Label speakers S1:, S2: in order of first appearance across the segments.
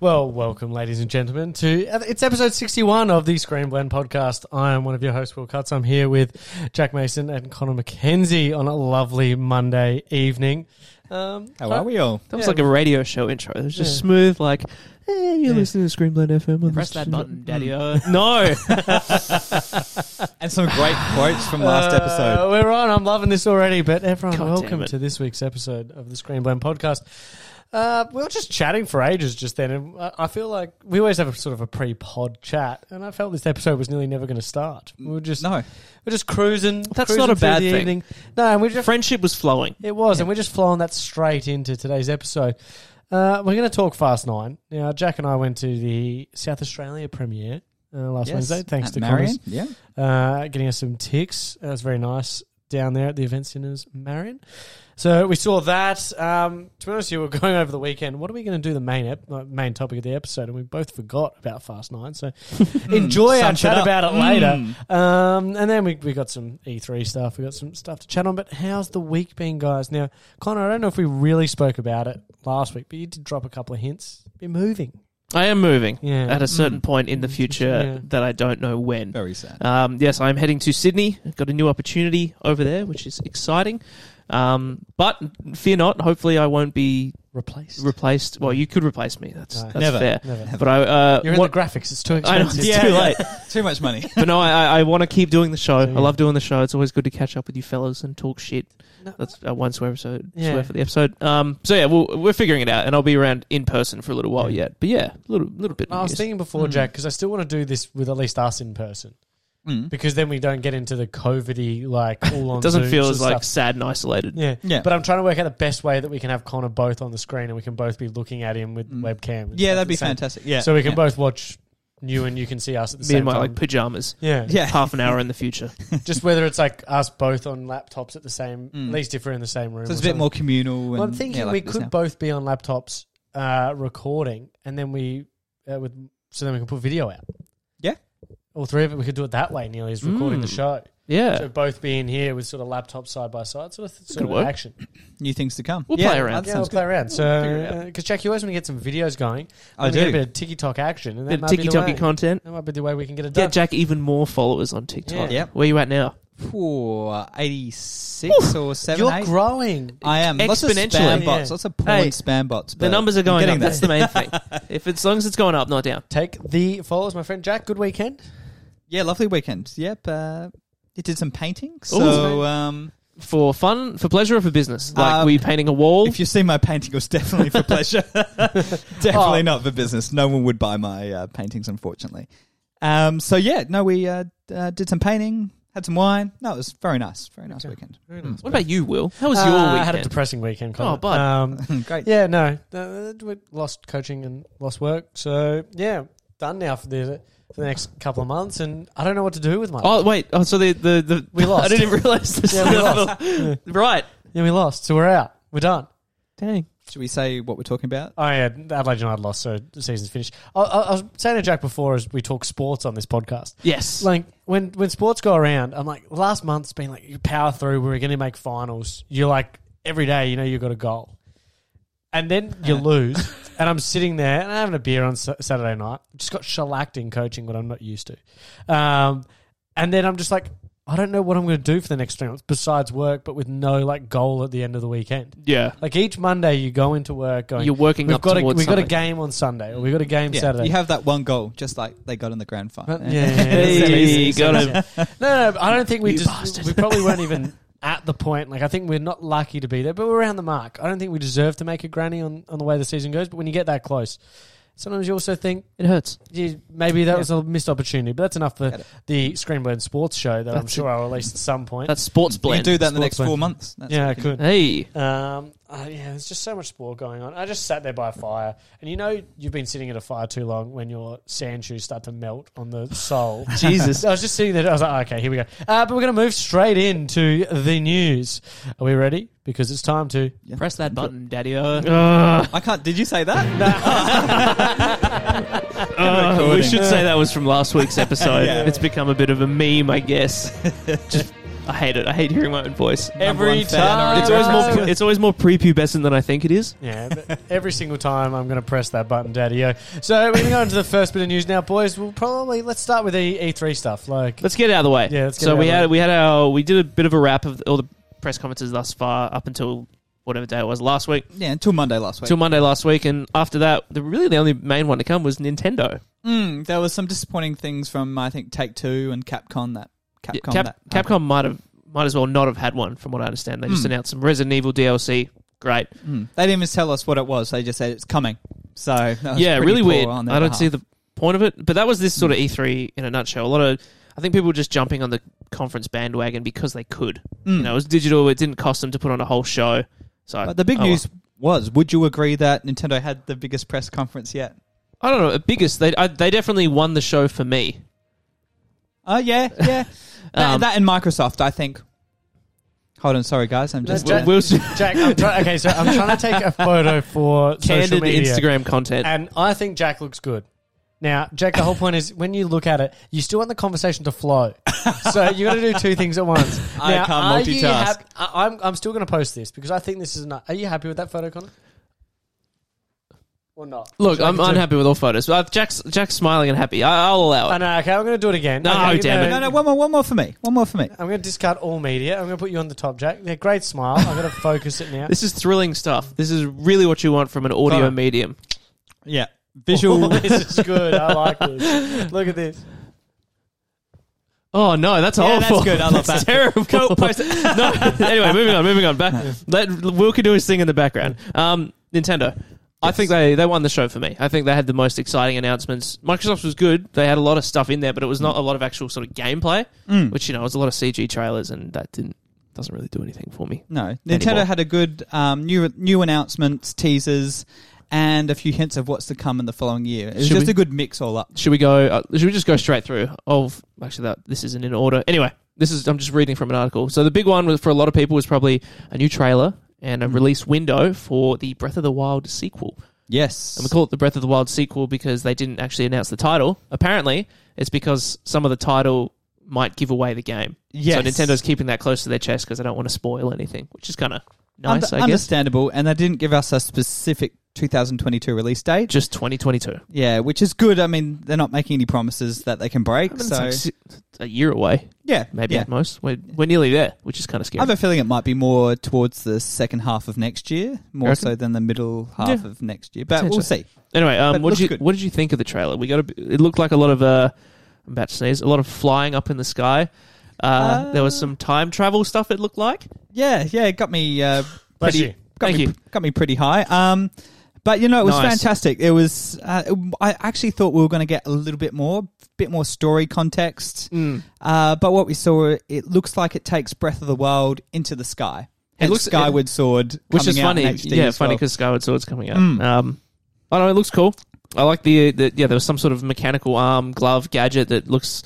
S1: Well, welcome, ladies and gentlemen, to it's episode sixty-one of the Screen Blend podcast. I am one of your hosts, Will Cuts. I'm here with Jack Mason and Connor McKenzie on a lovely Monday evening. Um,
S2: How are we all?
S3: That was
S1: Yeah.
S3: like a radio show intro. It was just
S1: Yeah.
S3: smooth, like, hey,
S1: Yeah.
S3: you're listening to Screenblend FM. on
S2: Press
S3: this-
S2: that button, daddy-o.
S3: No.
S2: And some great quotes from last
S1: Uh,
S2: episode.
S1: We're on. I'm loving this already. But everyone,
S3: God damn
S1: welcome
S3: it.
S1: to this week's episode of the Screen Blend podcast. Uh, we were just chatting for ages just then, and I I feel like we always have a sort of a pre-pod chat, and I felt this episode was nearly never going to start. We were just
S2: No,
S1: we're just cruising.
S3: That's
S1: cruising
S3: not a
S1: through
S3: bad
S1: the
S3: thing.
S1: Evening. No, and we just
S3: Friendship was flowing.
S1: it was, and we're just flying that straight into today's episode. Uh, we're going to talk Fast Nine now. Jack and I went to the South Australia premiere uh, last Wednesday. Thanks
S2: At
S1: to Connors
S2: Marion. Yeah,
S1: uh, getting us some ticks. That was very nice down there at the event centres, Marion. So we saw that. Um, to be honest, with you we were going over the weekend. What are we going to do? The main ep- uh, main topic of the episode, and we both forgot about Fast Nine. So
S2: Hmm.
S1: enjoy our
S2: sums it
S1: chat
S2: up.
S1: about it
S2: Mm.
S1: later. Um, and then we we got some E three stuff. We got some stuff to chat on. But how's the week been, guys? Now, Connor, I don't know if we really spoke about it last week, but you did drop a couple of hints. Been moving,
S3: I am moving
S1: yeah.
S3: at a certain
S2: Mm.
S3: point in the
S1: Mm,
S3: future
S1: yeah.
S3: that I don't know when.
S2: very sad.
S3: Um, yes, I'm heading to Sydney. I've got a new opportunity over there, which is exciting. Um, but fear not. Hopefully, I won't be
S1: replaced.
S3: replaced. Well, you could replace me. That's,
S1: No.
S3: that's
S2: Never.
S3: fair.
S1: Never.
S3: But I, uh,
S1: You're in
S3: what,
S1: the graphics. It's too
S3: I know,
S1: expensive.
S3: it's too late.
S2: Too much money.
S3: but no, I, I- I want to keep doing the show.
S1: So, yeah.
S3: I love doing the show. It's always good to catch up with you fellas and talk shit.
S1: No.
S3: That's uh, one swear episode.
S1: Yeah.
S3: Swear for the episode. Um. So yeah, we'll, we're figuring it out, and I'll be around in person for a little while
S1: Yeah. Oh,
S3: yet. But yeah, a little little bit. of
S1: I was
S3: news.
S1: thinking before,
S2: Mm.
S1: Jack, because I still want to do this with at least us in person,
S2: Mm.
S1: because then we don't get into the COVIDy like all on.
S3: it doesn't
S1: Zoom
S3: feel
S1: sort
S3: as
S1: of
S3: like
S1: stuff.
S3: sad and isolated.
S1: Yeah.
S2: Yeah,
S1: but I'm trying to work out the best way that we can have Connor both on the screen and we can both be looking at him with
S2: Mm.
S1: webcam. and
S2: yeah,
S1: stuff
S2: that'd
S1: at
S2: be
S1: the same-
S2: fantastic. Yeah,
S1: So we can
S2: yeah.
S1: both watch you and you can see us at the
S3: Me
S1: same
S3: and my
S1: time.
S3: like pajamas.
S1: yeah.
S2: Yeah.
S3: Half an hour in the future.
S1: just whether it's like us both on laptops at the same,
S2: Mm.
S1: at least if we're in the same room.
S2: So
S1: or
S2: it's a bit
S1: something.
S2: more communal. And,
S1: Well, I'm thinking
S2: yeah, like
S1: we
S2: it is
S1: could
S2: now.
S1: both be on laptops uh, recording, and then we uh, with so then we can put video out.
S2: Yeah.
S1: all three of it. We could do it that way. Nearly as recording the
S3: Mm.
S1: show,
S3: Yeah.
S1: so both be in here with sort of laptops side by side, sort of, sort of
S3: work.
S1: action.
S2: new things to come.
S3: We'll
S2: yeah,
S3: play around.
S2: That
S1: Yeah, we'll
S2: sounds
S1: play
S2: good.
S1: around.
S3: figure it
S1: So,
S3: out.
S1: because Jack, you always want to get some videos going.
S2: I
S1: We get A
S2: do.
S1: bit of TikTok action, and that
S3: Bit of
S1: might be the way.
S3: TikTok content.
S1: That might be the way we can get it done.
S3: Get Jack even more followers on TikTok.
S2: Yeah.
S3: Where you at now?
S2: Four eighty six or seven.
S1: You're
S2: eight.
S1: growing.
S2: I am lots of
S3: exponentially.
S2: spam bots.
S1: Yeah.
S2: Lots of porn
S3: Hey,
S2: spam bots.
S3: The
S2: but
S3: numbers are
S2: I'm
S3: going up.
S2: getting
S3: That's the
S2: there.
S3: main thing. If it's as long as it's going up, not down.
S1: Take the followers, my friend Jack. Good weekend.
S2: Yeah, lovely weekend. Yep. Uh, it did some painting.
S3: Ooh.
S2: So um,
S3: For fun, for pleasure, or for business? Like,
S2: Um,
S3: were you painting a wall?
S2: if you see my painting, it was definitely for pleasure. definitely
S1: Oh.
S2: not for business. No one would buy my uh, paintings, unfortunately. Um, so yeah, no, we uh, uh, did some painting, had some wine. No, it was very nice. Very nice
S1: Okay.
S2: weekend.
S1: Very
S2: Mm.
S1: nice.
S3: What about you, Will? How was
S1: Uh,
S3: your
S1: I
S3: weekend?
S1: had a depressing weekend. Colin.
S3: Oh, bud.
S1: Um,
S2: Mm. Great.
S1: Yeah, no, uh, we lost coaching and lost work, so yeah, done now for the for the next couple of months, and I don't know what to do with my.
S3: Oh wait! Oh, so the the, the
S1: We lost.
S3: I didn't even realize this.
S1: Yeah, we lost. yeah.
S3: right.
S1: yeah, we lost, so we're out. We're done.
S3: Dang.
S2: Should we say what we're talking about?
S1: Oh yeah, Adelaide United lost, so the season's finished. I, I, I was saying to Jack before as we talk sports on this podcast.
S3: Yes.
S1: Like when when sports go around, I'm like last month's been like you power through. We're going to make finals. You're like every day, you know, you got a goal, and then you
S2: Yeah.
S1: lose. And I'm sitting there and I'm having a beer on Sa- Saturday night. Just got shellacked in coaching, what I'm not used to. Um, and then I'm just like, I don't know what I'm going to do for the next three months besides work, but with no like goal at the end of the weekend.
S3: yeah.
S1: Like each Monday, you go into work going.
S3: You're working
S1: We've
S3: up
S1: got a,
S3: towards.
S1: we've got a
S3: something.
S1: game on Sunday, or we've got a game
S2: Yeah,
S1: Saturday.
S2: you have that one goal, just like they got in the grand final.
S1: But- yeah, yeah,
S3: Hey,
S1: yeah.
S3: you got him.
S1: No, no, I don't think we
S3: You
S1: just
S3: bastard.
S1: we probably weren't even at the point. Like I think we're not lucky to be there, but we're around the mark. I don't think we deserve to make a granny on, on the way the season goes. But when you get that close, sometimes you also think
S3: It hurts.
S1: gee, maybe that
S2: Yeah.
S1: was a missed opportunity. But that's enough for
S2: Got it.
S1: the Screen Blend Sports Show that I'm
S3: That's
S1: sure I'll release at some point.
S3: That's sports
S2: You
S3: blend.
S2: do that in the
S1: Sports
S2: next
S1: blend.
S2: four months. That's
S1: yeah,
S2: what
S1: I
S2: you can do.
S1: could.
S3: Hey.
S1: Um, uh, yeah, there's just so much sport going on. I just sat there by a fire, and you know you've been sitting at a fire too long when your sand shoes start to melt on the sole.
S3: Jesus.
S1: I was just sitting there. I was like, okay, here we go. Uh, but we're going to move straight into the news. Are we ready? Because it's time to.
S2: Yeah.
S3: Press that button, Daddy. Uh,
S2: I can't. Did you say that?
S3: we
S2: recording.
S3: ah, should say that was from last week's episode.
S2: Yeah.
S3: It's become a bit of a meme, I guess. Just I hate it. I hate hearing my own voice.
S2: Number
S1: Every
S2: one fan
S1: time.
S2: already.
S3: It's always more. It's always more prepubescent than I think it is.
S1: Yeah, but every single time I'm going to press that button, Daddy. So we're going to go into the first bit of news now, boys. We'll probably let's start with E three stuff. Like,
S3: Let's get it out of the way.
S1: Yeah, let's get
S3: so
S1: it out
S3: we
S1: of the
S3: had
S1: way.
S3: we had our we did a bit of a wrap of all the press conferences thus far up until whatever day it was last week
S2: Yeah, until Monday last week.
S3: till Monday last week, and after that, the really the only main one to come was Nintendo.
S2: Mm, there was some disappointing things from I think Take Two and Capcom that
S3: Yeah,
S2: Capcom
S3: Cap-
S2: that um,
S3: Capcom might have might as well not have had one, from what I understand. They just
S2: Hmm.
S3: announced some Resident Evil DLC. Great.
S2: Mm. They didn't even tell us what it was. They just said it's coming. So that was
S3: yeah,
S2: pretty
S3: really
S2: poor
S3: weird. I
S2: on
S3: don't
S2: their
S3: see
S2: behalf. Hmm.
S3: the point of it. But that was this sort of E3 in a nutshell. A lot of I think people were just jumping on the conference bandwagon because they could.
S2: Mm.
S3: You know, it was digital. It didn't cost them to put on a whole show. So
S2: But the big
S3: oh,
S2: news was: Would you agree that Nintendo had the biggest press conference yet?
S3: I don't know. The biggest they I, they definitely won the show for me.
S2: Oh yeah, yeah. that,
S3: Um,
S2: that and Microsoft, I think. Hold on, sorry guys, I'm just.
S1: Let's
S3: Will- Will's
S1: Jack, I'm try- okay, so I'm trying to take a photo for social
S3: candid
S1: media,
S3: Instagram content.
S1: and I think Jack looks good. Now, Jack, the whole point is when you look at it, you still want the conversation to flow. So you got to do two things at once.
S2: I
S1: Now,
S2: can't
S1: are you
S2: multitask.
S1: hap- I- I'm, I'm still going to post this because I think this is. An- are you happy with that photo, Connor? Or not?
S3: Look,
S1: Should I
S3: I'm
S1: continue?
S3: unhappy with all photos. Uh, Jack's Jack's smiling and happy. I, I'll allow it.
S1: I know. Okay, I'm going to do it again.
S3: No,
S1: Okay,
S3: damn it.
S2: No, no, one more, one more for me. One more for me.
S1: I'm going to discard all media. I'm going to put you on the top, Jack. Yeah, great smile. I'm going to focus it now.
S3: This is thrilling stuff. This is really what you want from an audio
S1: Connor.
S3: medium.
S2: Yeah, visual.
S1: this is good. I like this. Look at this.
S3: Oh no, that's
S2: Yeah, that's
S3: awful.
S2: good. I love
S3: That's
S2: that.
S3: Terrible. no. Anyway, moving on. Moving on. Back. Let Will can do his thing in the background. Um, Nintendo. I think they, they won the show for me. I think they had the most exciting announcements. Microsoft was good. They had a lot of stuff in there, but it was not a lot of actual sort of gameplay,
S2: Mm.
S3: which you know was a lot of CG trailers, and that didn't doesn't really do anything for me.
S2: No, Nintendo
S3: Anymore.
S2: had a good um, new new announcements, teasers, and a few hints of what's to come in the following year. It was
S3: Should
S2: just
S3: we-
S2: a good mix all up.
S3: Should we go? Uh, should we just go straight through? Oh, f- actually, that this isn't in order. Anyway, this is I'm just reading from an article. So the big one was, for a lot of people was probably a new trailer and
S2: Mm-hmm.
S3: a release window for the Breath of the Wild sequel.
S2: Yes,
S3: And we call it the Breath of the Wild sequel because they didn't actually announce the title. Apparently, it's because some of the title might give away the game.
S2: Yes.
S3: So Nintendo's keeping that close to their chest because they don't want to spoil anything, which is kind of nice,
S2: Under-
S3: I guess.
S2: understandable, and they didn't give us a specific 2022 release date.
S3: Just 2022.
S2: Yeah, which is good. I mean, they're not making any promises that they can break.
S3: I mean, it's
S2: so
S3: like si- a year away,
S2: yeah,
S3: maybe
S2: yeah.
S3: at most. We're, we're nearly there, which is kind of
S2: I
S3: scary.
S2: have a feeling it might be more towards the second half of next year, more
S3: reckon?
S2: so than the middle half
S3: Yeah.
S2: of next year. But we'll see.
S3: Anyway,
S2: But
S3: um, what
S2: looks
S3: did you
S2: good.
S3: what did you think of the trailer? We got a, b- it looked like a lot of uh, I'm about to sneeze, a lot of flying up in the sky. Uh,
S2: Uh,
S3: there was some time travel stuff. It looked like.
S2: Yeah, yeah, it got me uh,
S1: Bless
S2: pretty,
S1: you.
S2: Got
S3: Thank
S2: me,
S3: you.
S2: Got me pretty high. Um, but you know, it was
S3: Nice.
S2: fantastic. It was. Uh, I actually thought we were going to get a little bit more, bit more story context. Uh, but what we saw, it looks like it takes Breath of the Wild into the sky.
S3: It
S2: It
S3: looks-
S2: looks Skyward Sword,
S3: Which is
S2: coming out in
S3: funny,
S2: HD
S3: yeah,
S2: as
S3: funny
S2: well.
S3: because Skyward Sword's coming out.
S2: Mm.
S3: Um, I don't know. It looks cool. I like the, the yeah. There was some sort of mechanical arm glove gadget that looks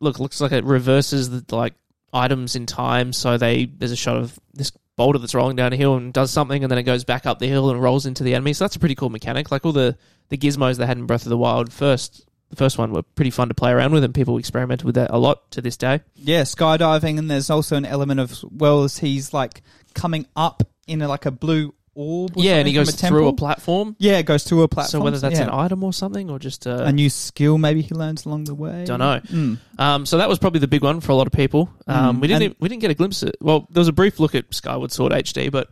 S3: look looks like it reverses the like items in time. So they there's a shot of this boulder that's rolling down a hill and does something, and then it goes back up the hill and rolls into the enemy. So that's a pretty cool mechanic. Like all the the gizmos they had in Breath of the Wild first. The first one were pretty fun to play around with, and people experimented with that a lot to this day.
S2: Yeah, skydiving, and there's also an element of well, as he's like coming up in a, like a blue orb. or
S3: yeah, and
S2: something from
S3: he goes
S2: a
S3: through a
S2: temple.
S3: platform.
S2: yeah, it goes through a platform.
S3: So whether that's
S2: yeah.
S3: an item or something, or just a,
S2: a new skill maybe he learns along the way.
S3: Don't know.
S2: Mm.
S3: Um, so that was probably the big one for a lot of people. Um,
S2: Mm.
S3: we didn't
S2: And-
S3: we didn't get a glimpse of. Well, there was a brief look at Skyward Sword HD, but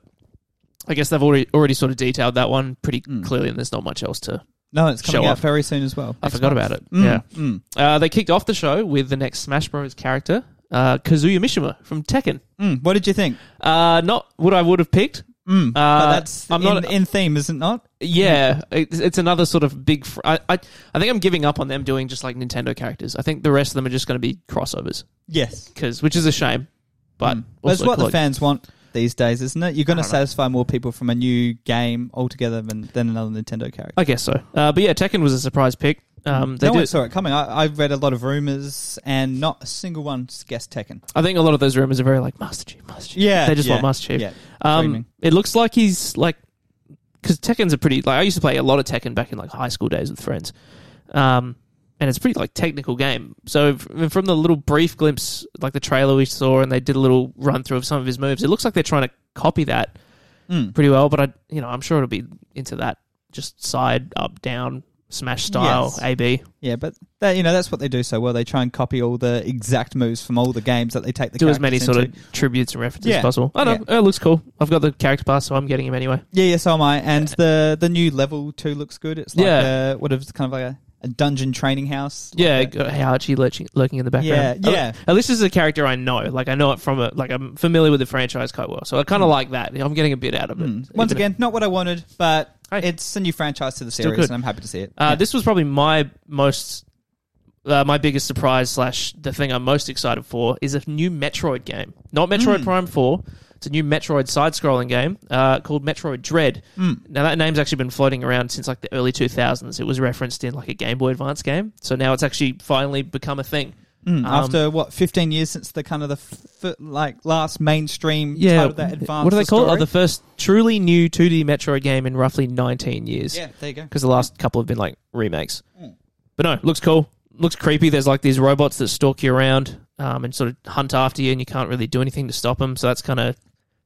S3: I guess they've already already sort of detailed that one pretty
S2: Mm.
S3: clearly, and there's not much else to.
S2: No, it's coming
S3: Show
S2: out
S3: off.
S2: very soon as well.
S3: I forgot about it.
S2: Mm,
S3: Yeah,
S2: mm.
S3: uh, they kicked off the show with the next Smash Bros. character, uh, Kazuya Mishima from Tekken.
S2: Mm. What did you think?
S3: Uh, not what I would have picked.
S2: Mm. but that's
S3: Uh, I'm
S2: I'm
S3: not-
S2: not, in theme, is it not?
S3: Yeah,
S2: Mm.
S3: it's, it's another sort of big. Fr- I, I I think I'm giving up on them doing just like Nintendo characters. I think the rest of them are just going to be crossovers,
S2: Yes. Mm.
S3: 'cause- which is a shame. But
S2: that's
S3: also
S2: what the
S3: cool.
S2: fans want these days, isn't it? You're going
S3: I
S2: to
S3: don't know.
S2: satisfy more people from a new game altogether than, than another Nintendo character.
S3: I guess so. Uh, but yeah, Tekken was a surprise pick. Um, they
S2: no one
S3: did,
S2: saw it coming. I, I've read a lot of rumors, and not a single one guessed Tekken.
S3: I think a lot of those rumors are very like Master Chief, Master Chief.
S2: Yeah,
S3: they just
S2: yeah,
S3: want Master Chief.
S2: Yeah,
S3: um,
S2: dreaming.
S3: it looks like he's like because Tekken's a pretty like I used to play a lot of Tekken back in like high school days with friends, um, and it's a pretty like technical game. So f- from the little brief glimpse, like the trailer we saw, and they did a little run through of some of his moves, it looks like they're trying to copy that
S2: Mm.
S3: pretty well. But I, you know, I'm sure it'll be into that just side up down smash style
S2: Yes.
S3: AB.
S2: Yeah, but that, you know that's what they do so well. They try and copy all the exact moves from all the games that they take the
S3: Do as many
S2: characters
S3: sort
S2: into.
S3: of tributes and references
S2: Yeah.
S3: as possible. I don't know. It looks cool. I've got the character pass, so I'm getting him anyway.
S2: yeah, yeah. So am I. And the the new level two looks good. It's like
S3: Yeah.
S2: a, what if it's kind of like a, a dungeon training house. like
S3: Yeah,
S2: that.
S3: got Heihachi lurching, lurking in the
S2: yeah,
S3: background.
S2: yeah.
S3: At least this is a character I know. Like I know it from a like I'm familiar with the franchise quite well. So I kind of like that. I'm getting a bit out of it.
S2: Mm. Once
S3: Even if-
S2: again, not what I wanted, but
S3: Hey.
S2: it's a new franchise to the
S3: Still
S2: series,
S3: good.
S2: and I'm happy to see it.
S3: Uh,
S2: Yeah.
S3: This was probably my most, uh, my biggest surprise slash the thing I'm most excited for is a new Metroid game. Not Metroid
S2: Mm.
S3: Prime Four. It's a new Metroid side-scrolling game uh, called Metroid Dread.
S2: Mm.
S3: Now that name's actually been floating around since like the early 2000s. It was referenced in like a Game Boy Advance game. So now it's actually finally become a thing.
S2: Mm.
S3: um,
S2: After what 15 years since the kind of the f- f- like last mainstream title that advanced.
S3: Mm, what do they
S2: the
S3: call it?
S2: story.
S3: Oh, the first truly new 2D Metroid game in roughly 19 years.
S2: yeah, there you go.
S3: because the last couple have been like remakes.
S2: Mm.
S3: But no, looks cool. Looks creepy. There's like these robots that stalk you around um, and sort of hunt after you, and you can't really do anything to stop them. So that's kind of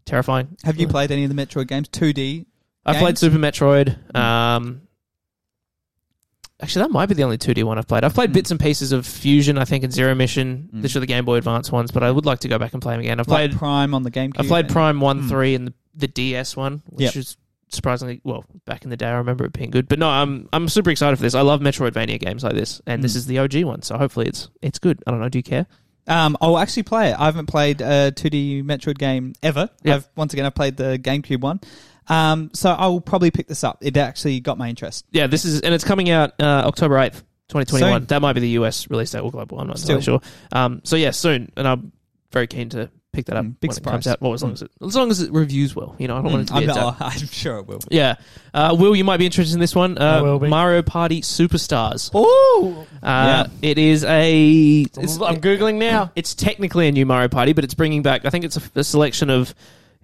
S3: terrifying.
S2: Have you played any of the Metroid games? 2D.
S3: I played
S2: games?
S3: Super Metroid. Um, actually, that might be the only 2D one I've played. I've played
S2: Mm.
S3: bits and pieces of Fusion, I think, and Zero Mission.
S2: Mm.
S3: These are the Game Boy Advance ones, but I would like to go back and play them again. I've
S2: Like
S3: played
S2: Prime on the GameCube.
S3: I played
S2: and-
S3: Prime One,
S2: Mm.
S3: Three, and the, the DS one, which
S2: Yep.
S3: is surprisingly well. Back in the day, I remember it being good. But no, I'm I'm super excited for this. I love Metroidvania games like this, and this
S2: Mm.
S3: is the OG one. So hopefully, it's it's good. I don't know. Do you care?
S2: Um, I'll actually play it. I haven't played a 2D Metroid game ever.
S3: Yeah.
S2: I've once again I've played the GameCube one. Um, so I will probably pick this up. It actually got my interest.
S3: Yeah, this is and it's coming out uh, October eighth. 2021.
S2: Soon.
S3: That might be the US release date or global. I'm not
S2: Still.
S3: entirely sure. Um, so yeah, soon, and I'm very keen to pick that up
S2: Mm, big
S3: when it
S2: surprise.
S3: comes out. Well, as long as it, as long as it reviews well, you know, I don't want it to be.
S2: I'm,
S3: a dud.
S2: oh, I'm sure it will.
S3: yeah, uh, Will, you might be interested in this one.
S1: I
S3: Uh,
S1: will be.
S3: Mario Party Superstars.
S2: Oh,
S3: Uh, It is a. It's,
S1: I'm googling now.
S3: it's technically a new Mario Party, but it's bringing back. I think it's a, a selection of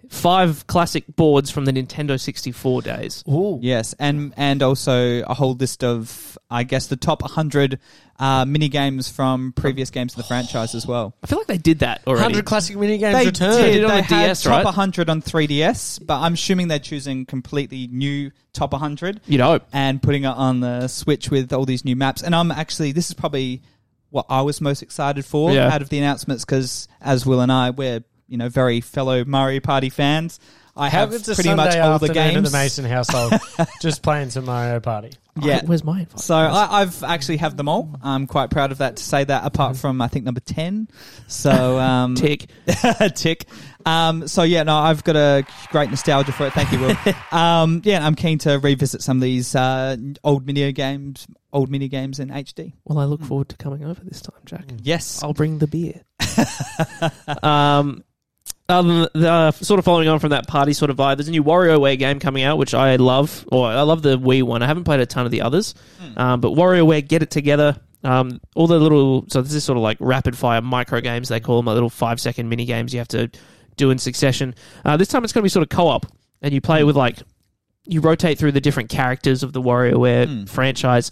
S3: five classic boards from the Nintendo 64 days.
S1: Ooh.
S2: yes, and and also a whole list of I guess the top 100 uh, mini games from previous games of the franchise as well.
S3: I feel like they did that already.
S1: 100 classic minigames
S2: They
S1: return.
S2: did.
S3: They did on
S2: they
S3: the
S2: had
S3: DS,
S2: top
S3: right?
S2: 100 on 3DS, but I'm assuming they're choosing completely new top 100.
S3: You know,
S2: and putting it on the Switch with all these new maps. And I'm actually, this is probably what I was most excited for
S3: Yeah.
S2: out of the announcements because, as Will and I, we're you know very fellow Mario Party fans. I
S1: How
S2: have
S1: good's a
S2: pretty
S1: Sunday
S2: much all the
S1: afternoon in
S2: games.
S1: the Mason household just playing some Mario Party?
S2: yeah.
S3: where's my invite?
S2: So I, I've actually have them all. I'm quite proud of that to say that. Apart from I think number ten, so um,
S3: tick.
S2: tick. Um, so yeah, no, I've got a great nostalgia for it. Thank you, Will. um, yeah, I'm keen to revisit some of these uh, old mini games, old mini games in HD.
S3: Well, I look forward to coming over this time, Jack.
S2: Yes.
S3: I'll bring the beer. Mm. um, um, the, sort of following on from that party sort of vibe, there's a new WarioWare game coming out, which I love. Or I love the Wii one. I haven't played a ton of the others,
S2: Uh,
S3: um, but WarioWare Get It Together. Um, all the little so this is sort of like rapid fire micro games they call them, like little five second mini games you have to do in succession. Uh, this time it's going to be sort of co op, and you play with like you rotate through the different characters of the WarioWare franchise.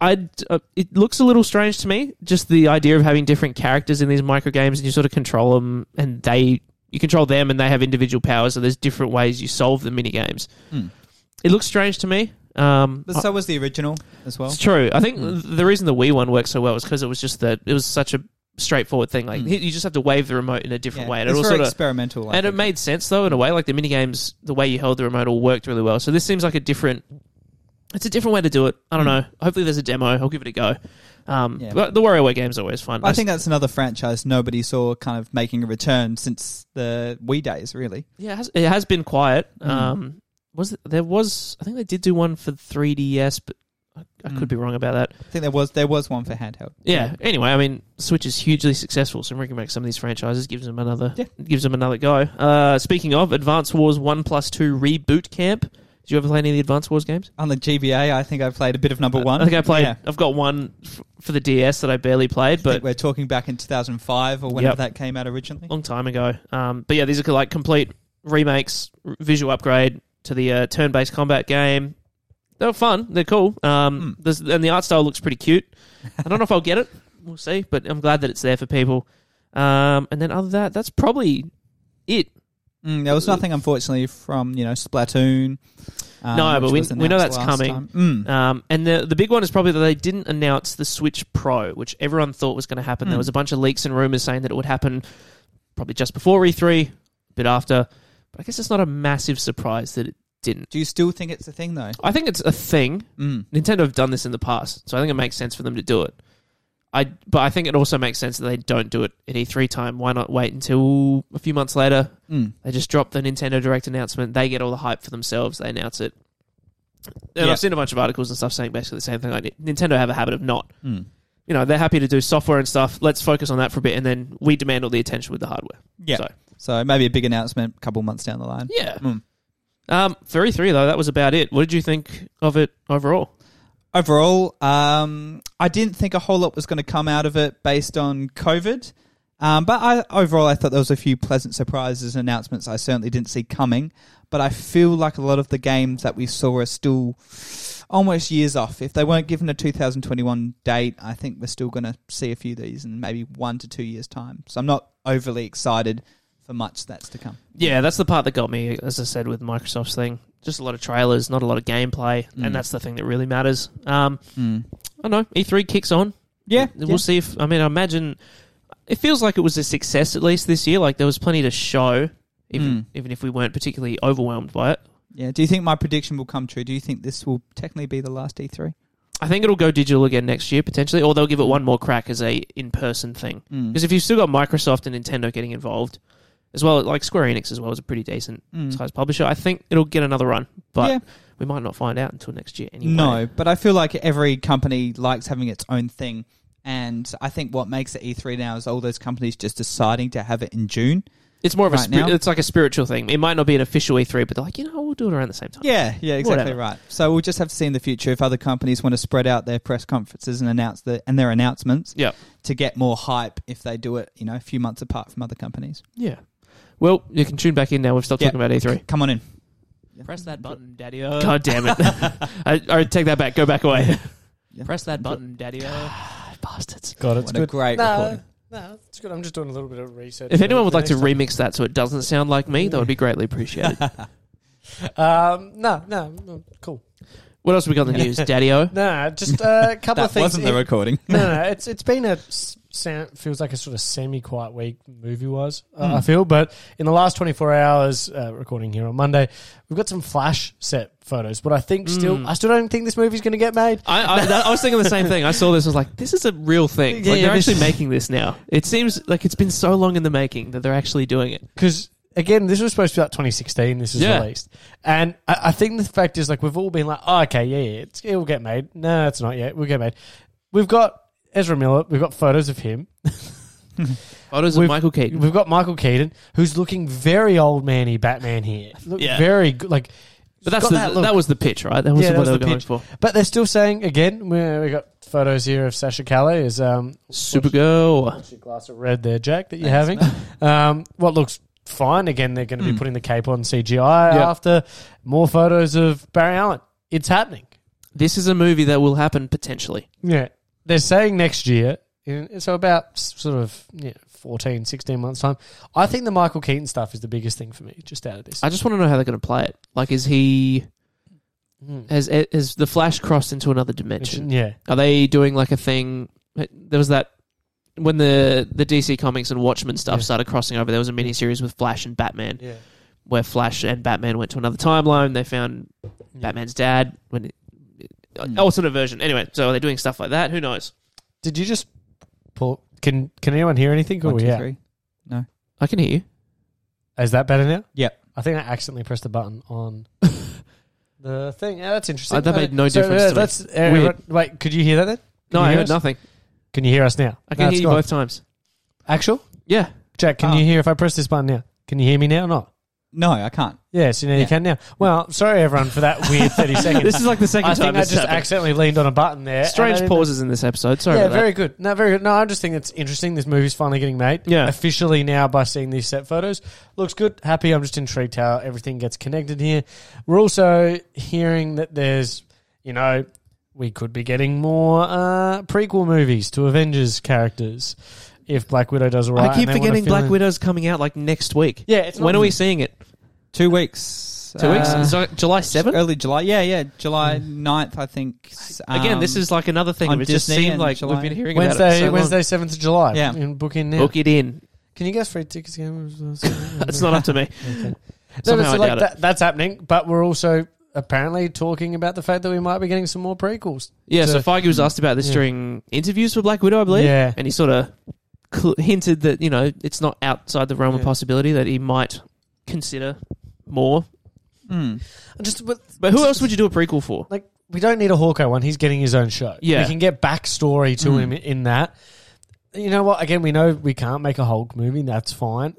S3: I uh, it looks a little strange to me. Just the idea of having different characters in these micro games, and you sort of control them, and they you control them, and they have individual powers. So there's different ways you solve the mini games.
S2: Mm.
S3: It looks strange to me. Um,
S2: But so was the original as well. Hmm.
S3: it's true. I think th- the reason the Wii one worked so well was because it was just that it was such a straightforward thing. Like
S2: Mm.
S3: you- you just have to wave the remote in a different
S2: Yeah.
S3: way, and
S2: it's
S3: it all
S2: very
S3: sort of
S2: experimental. I
S3: and it
S2: think.
S3: made sense though in a way. Like the mini games, the way you held the remote all worked really well. So this seems like a different. It's a different way to do it. I don't know. Hopefully, there's a demo. I'll give it a go. Um,
S2: Hmm. Yeah.
S3: But the WarioWare game's always fun.
S2: I think that's another franchise nobody saw kind of making a return since the Wii days, really.
S3: yeah, it has, it has been quiet.
S2: Mm.
S3: Um, was it, there was I think they did do one for 3DS, but I, I
S2: Mm.
S3: could be wrong about that.
S2: I think there was there was one for handheld.
S3: Yeah. Anyway, I mean, Switch is hugely successful, so we can make some of these franchises gives them another
S2: Yeah.
S3: gives them another go. Uh, speaking of Advance Wars One Plus Two Reboot Camp, did you ever play any of the Advance Wars games?
S2: On the GBA, I think I played a bit of number one.
S3: I think I played.
S2: Yeah.
S3: I've got one f- for the DS that I barely played,
S2: I
S3: but
S2: think we're talking back in 2005 or whenever
S3: Yep. Oh.
S2: that came out originally.
S3: long time ago. Um, but yeah, these are like complete remakes, r- visual upgrade to the uh, turn-based combat game. they were fun. They're cool. Um, this, and the art style looks pretty cute. I don't know if I'll get it. We'll see. But I'm glad that it's there for people. Um, and then other than that, that's probably it.
S2: Mm, there was nothing, unfortunately, from you know Splatoon. um,
S3: No, but
S2: which
S3: we-
S2: was
S3: we know
S2: announced
S3: that's
S2: last
S3: coming.
S2: time. Mm.
S3: Um, and the the big one is probably that they didn't announce the Switch Pro, which everyone thought was going to happen. There
S2: Hmm.
S3: was a bunch of leaks and rumors saying that it would happen probably just before E3, a bit after. But I guess it's not a massive surprise that it didn't.
S2: Do you still think it's a thing though?
S3: I think it's a thing.
S2: Mm.
S3: Nintendo have done this in the past, so I think it makes sense for them to do it. I but I think it also makes sense that they don't do it at E3 time. Why not wait until a few months later?
S2: Mm.
S3: They just drop the Nintendo Direct announcement. They get all the hype for themselves. They announce it. And
S2: Yeah.
S3: I've seen a bunch of articles and stuff saying basically the same thing. Like Nintendo have a habit of not.
S2: Mm.
S3: You know, they're happy to do software and stuff. Let's focus on that for a bit, and then we demand all the attention with the hardware.
S2: Yeah. So.
S3: So-
S2: maybe a big announcement a couple months down the line.
S3: Yeah.
S2: Mm.
S3: Um, for E3 though, that was about it. What did you think of it overall?
S2: Overall, um, I didn't think a whole lot was going to come out of it based on COVID. Um, but I, overall, I thought there was a few pleasant surprises and announcements I certainly didn't see coming. But I feel like a lot of the games that we saw are still almost years off. If they weren't given a 2021 date, I think we're still going to see a few of these in maybe one to two years' time. So I'm not overly excited for much that's to come.
S3: Yeah, that's the part that got me, as I said, with Microsoft's thing. Just a lot of trailers, not a lot of gameplay,
S2: Mm.
S3: and that's the thing that really matters. Um, I don't know. E3 kicks on.
S2: Hmm. Yeah,
S3: We'll
S2: yeah.
S3: see if. I mean, I imagine it feels like it was a success at least this year. Like there was plenty to show, even
S2: Mm.
S3: even if we weren't particularly overwhelmed by it.
S2: Yeah. Do you think my prediction will come true? Do you think this will technically be the last E E3?
S3: I think it'll go digital again next year potentially, or they'll give it one more crack as a in-person thing.
S2: Mm.
S3: Because if you've still got Microsoft and Nintendo getting involved, as well like Square Enix as well is a pretty decent
S2: Mm.
S3: sized publisher, I think it'll get another run. But
S2: Yeah.
S3: we might not find out until next year anyway.
S2: No, but I feel like every company likes having its own thing. And I think what makes it E3 now is all those companies just deciding to have it in June.
S3: It's more of a
S2: Right
S3: spir-
S2: now?
S3: it's like a spiritual thing. It might not be an official E3, but they're like, you know, we'll do it around the same time.
S2: Yeah, yeah, exactly
S3: Whatever.
S2: right. So we'll just have to see in the future if other companies want to spread out their press conferences and announce the and their announcements
S3: Yeah.
S2: to get more hype if they do it, you know, a few months apart from other companies.
S3: Yeah. Well, you can tune back in now. We've stopped
S2: Yeah.
S3: talking about E3.
S2: Come on in.
S4: Press that button, Daddy.
S3: God damn it. I, I take that back. Go back away. Ah,
S4: Press that button, Daddy.
S3: Bastards.
S1: God, it's
S2: What a
S1: good.
S2: great
S1: No,
S2: recording.
S1: no, it's good. I'm just doing a little bit of research.
S3: If
S1: for
S3: anyone
S1: the
S3: would like to
S1: next time.
S3: remix that so it doesn't sound like me, that would be greatly appreciated.
S1: um, no, no, no, cool.
S3: what else we got in the news, Daddy O?
S1: No, just uh, a couple of
S2: That
S1: things.
S2: wasn't the
S1: It-
S2: recording.
S1: no, no, it's it's been a s- sa- feels like a sort of semi quiet week movie wise. Uh, I feel, but in the last twenty four hours, uh, recording here on Monday, we've got some flash set photos. But I think still, I still don't think this movie's going to get made.
S3: I, I, that, I was thinking the same thing. I saw this. I was like, this is a real thing.
S1: Yeah,
S3: like,
S1: yeah,
S3: they're
S1: this-
S3: actually making this now. It seems like it's been so long in the making that they're actually doing it.
S1: because again, this was supposed to be like 2016. This was
S3: Yeah.
S1: released, and I, I think the fact is like we've all been like, oh, okay, yeah, yeah, it's, it'll get made. No, it's not yet. We'll get made. We've got Ezra Miller. We've got photos of him.
S3: Photos
S1: We've-
S3: of Michael Keaton.
S1: We've got Michael Keaton, who's looking very old manny Batman here. Look
S3: Yeah.
S1: very good. Like,
S3: But that's
S1: got
S3: the,
S1: that
S3: that,
S1: look.
S3: was the pitch, right? That was
S1: Yeah, that
S3: what
S1: was
S3: they were
S1: the
S3: going
S1: pitch.
S3: for.
S1: but they're still saying again. We we got photos here of Sasha Calais is um
S3: Supergirl.
S1: your glass of red there, Jack, that you're having. Um, what looks fine. Again, they're going
S3: Hmm.
S1: to be putting the cape on CGI
S3: Yeah.
S1: after more photos of Barry Allen. It's happening.
S3: This is a movie that will happen potentially.
S1: Yeah. They're saying next year, in, so about s- sort of yeah, 14, 16 months' time. I think the Michael Keaton stuff is the biggest thing for me, just out of this.
S3: I just want to know how they're going to play it. Like, is he
S1: Mm.
S3: has has the Flash crossed into another dimension?
S1: Yeah.
S3: Are they doing like a thing? There was that when the the DC Comics and Watchmen stuff
S1: Yeah.
S3: started crossing over. There was a miniseries with Flash and Batman,
S1: Yeah.
S3: where Flash and Batman went to another timeline. They found Batman's dad when
S2: Hmm.
S3: alternate version. Anyway, so are they doing stuff like that? Who knows?
S1: Did you just pull? Can Can anyone hear anything?
S2: One,
S1: oh,
S2: two,
S1: yeah.
S2: three.
S3: I can hear you.
S1: Is that better now?
S2: Yep.
S1: I think I accidentally pressed the button on the thing. Yeah, that's interesting.
S3: Uh, that made no
S1: So,
S3: difference to me.
S1: that's, uh,
S3: Weird.
S1: Wait, could you hear that then? Can
S3: No,
S1: you
S3: I
S1: hear
S3: heard
S1: us?
S3: nothing.
S1: Can you hear us now?
S3: I
S1: No,
S3: can hear
S1: it's
S3: you
S1: gone.
S3: both Ah. times.
S1: Actual?
S3: Yeah,
S1: Jack, can
S2: Oh.
S1: you hear if I press this button now? Can you hear me now or not?
S2: No, I can't.
S1: Yeah, so now
S2: Yeah.
S1: you can now. Well, sorry everyone for that weird 30 seconds.
S3: this is like the second
S1: I
S3: time.
S1: think I
S3: this
S1: just
S3: happened.
S1: accidentally leaned on a button there. and I
S3: Strange
S1: didn't-
S3: pauses in this episode. Sorry
S1: yeah,
S3: about
S1: very good. No, very good. No, I just think it's interesting. This movie's finally getting made.
S3: Yeah.
S1: Officially now by seeing these set photos. Looks good. Happy. I'm just intrigued how everything gets connected here. We're also hearing that there's you know, we could be getting more uh, prequel movies to Avengers characters if Black Widow does all right.
S3: I
S1: and
S3: keep
S1: they wanna
S3: forgetting
S1: fill
S3: Black
S1: in-
S3: Widow's coming out like next week.
S1: Yeah, it's not
S3: when are we seeing it?
S2: Two weeks.
S3: Two weeks?
S2: Uh,
S3: Is that July 7th?
S1: um,
S2: Early July. Yeah, yeah. July 9th, I think. s-
S3: Again,
S2: um,
S3: this is like another thing.
S2: on
S3: It just
S2: Disney
S3: seemed
S2: in
S3: like
S2: July.
S3: we've been hearing about it.
S1: Wednesday,
S3: so um, long.
S1: Wednesday, seventh of July.
S2: Yeah.
S1: you can book in now.
S3: Book it in.
S1: Can you guess free tickets again?
S3: It's not up to me.
S1: Okay. No, but
S3: Somehow
S1: so
S3: I
S1: like
S3: doubt it.
S1: that, that's happening, but we're also apparently talking about the fact that we might be getting some more prequels.
S3: Yeah, so
S1: So-
S3: Feige was asked about this
S1: Yeah.
S3: during interviews for Black Widow, I believe.
S1: Yeah.
S3: And he sort of cl- hinted that, you know, it's not outside the realm of
S1: Yeah.
S3: possibility that he might consider more.
S2: Mm.
S1: Just but
S3: But who else would you do a prequel for?
S1: like we don't need a Hawkeye one. He's getting his own show.
S3: Yeah. Mm.
S1: we can get backstory to him in that. You know what? Again, we know we can't make a Hulk movie. That's fine.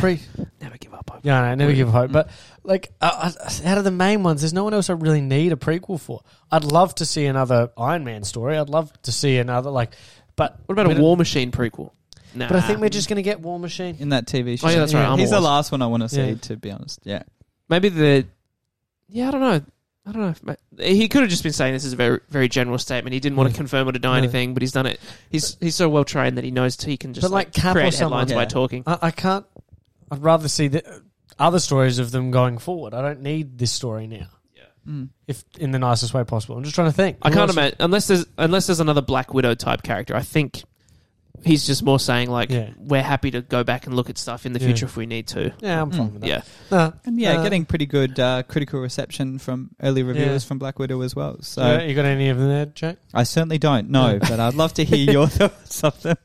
S1: Pre-
S3: Never give up. hope.
S1: yeah, no, never give
S3: Mm.
S1: hope. But like, uh, uh, out of the main ones, there's no one else I really need a prequel for. I'd love to see another Iron Man story. I'd love to see another like. But
S3: What about
S1: we
S3: a
S1: don't-
S3: War Machine prequel? Nah.
S1: But I think we're just going to get War Machine.
S2: In that TV show.
S3: Oh, yeah, that's right.
S1: Yeah.
S3: I'm
S2: He's
S3: all-
S2: the last one I want to see,
S1: Yeah.
S2: to be honest. Yeah.
S3: Maybe the. Yeah, I don't know. I don't know. If, ma- he could have just been saying this is a very very general statement. He didn't want to
S1: Yeah.
S3: confirm or deny
S1: No.
S3: anything, but he's done it. He's he's so well trained that he knows he can just
S1: But,
S3: like,
S1: like, Cap or
S3: create
S1: someone-
S3: headlines by
S2: Yeah.
S3: talking.
S1: I, I can't. I'd rather see the other stories of them going forward. I don't need this story now,
S2: Mm.
S1: if in the nicest way possible. I'm just trying to think.
S3: I
S1: Who
S3: can't
S1: else-
S3: imagine unless there's unless there's another Black Widow type character. I think he's just more saying like
S1: Yeah.
S3: we're happy to go back and look at stuff in the
S1: Yeah.
S3: future if we need to.
S1: Yeah, I'm fine
S2: Mm.
S1: with that.
S3: Yeah,
S1: No,
S2: And yeah,
S1: Uh,
S2: getting pretty good uh, critical reception from early reviewers from Black Widow as well. So
S1: Yeah, you got any of them there, Jack?
S2: I certainly don't know, but I'd love to hear your thoughts on them.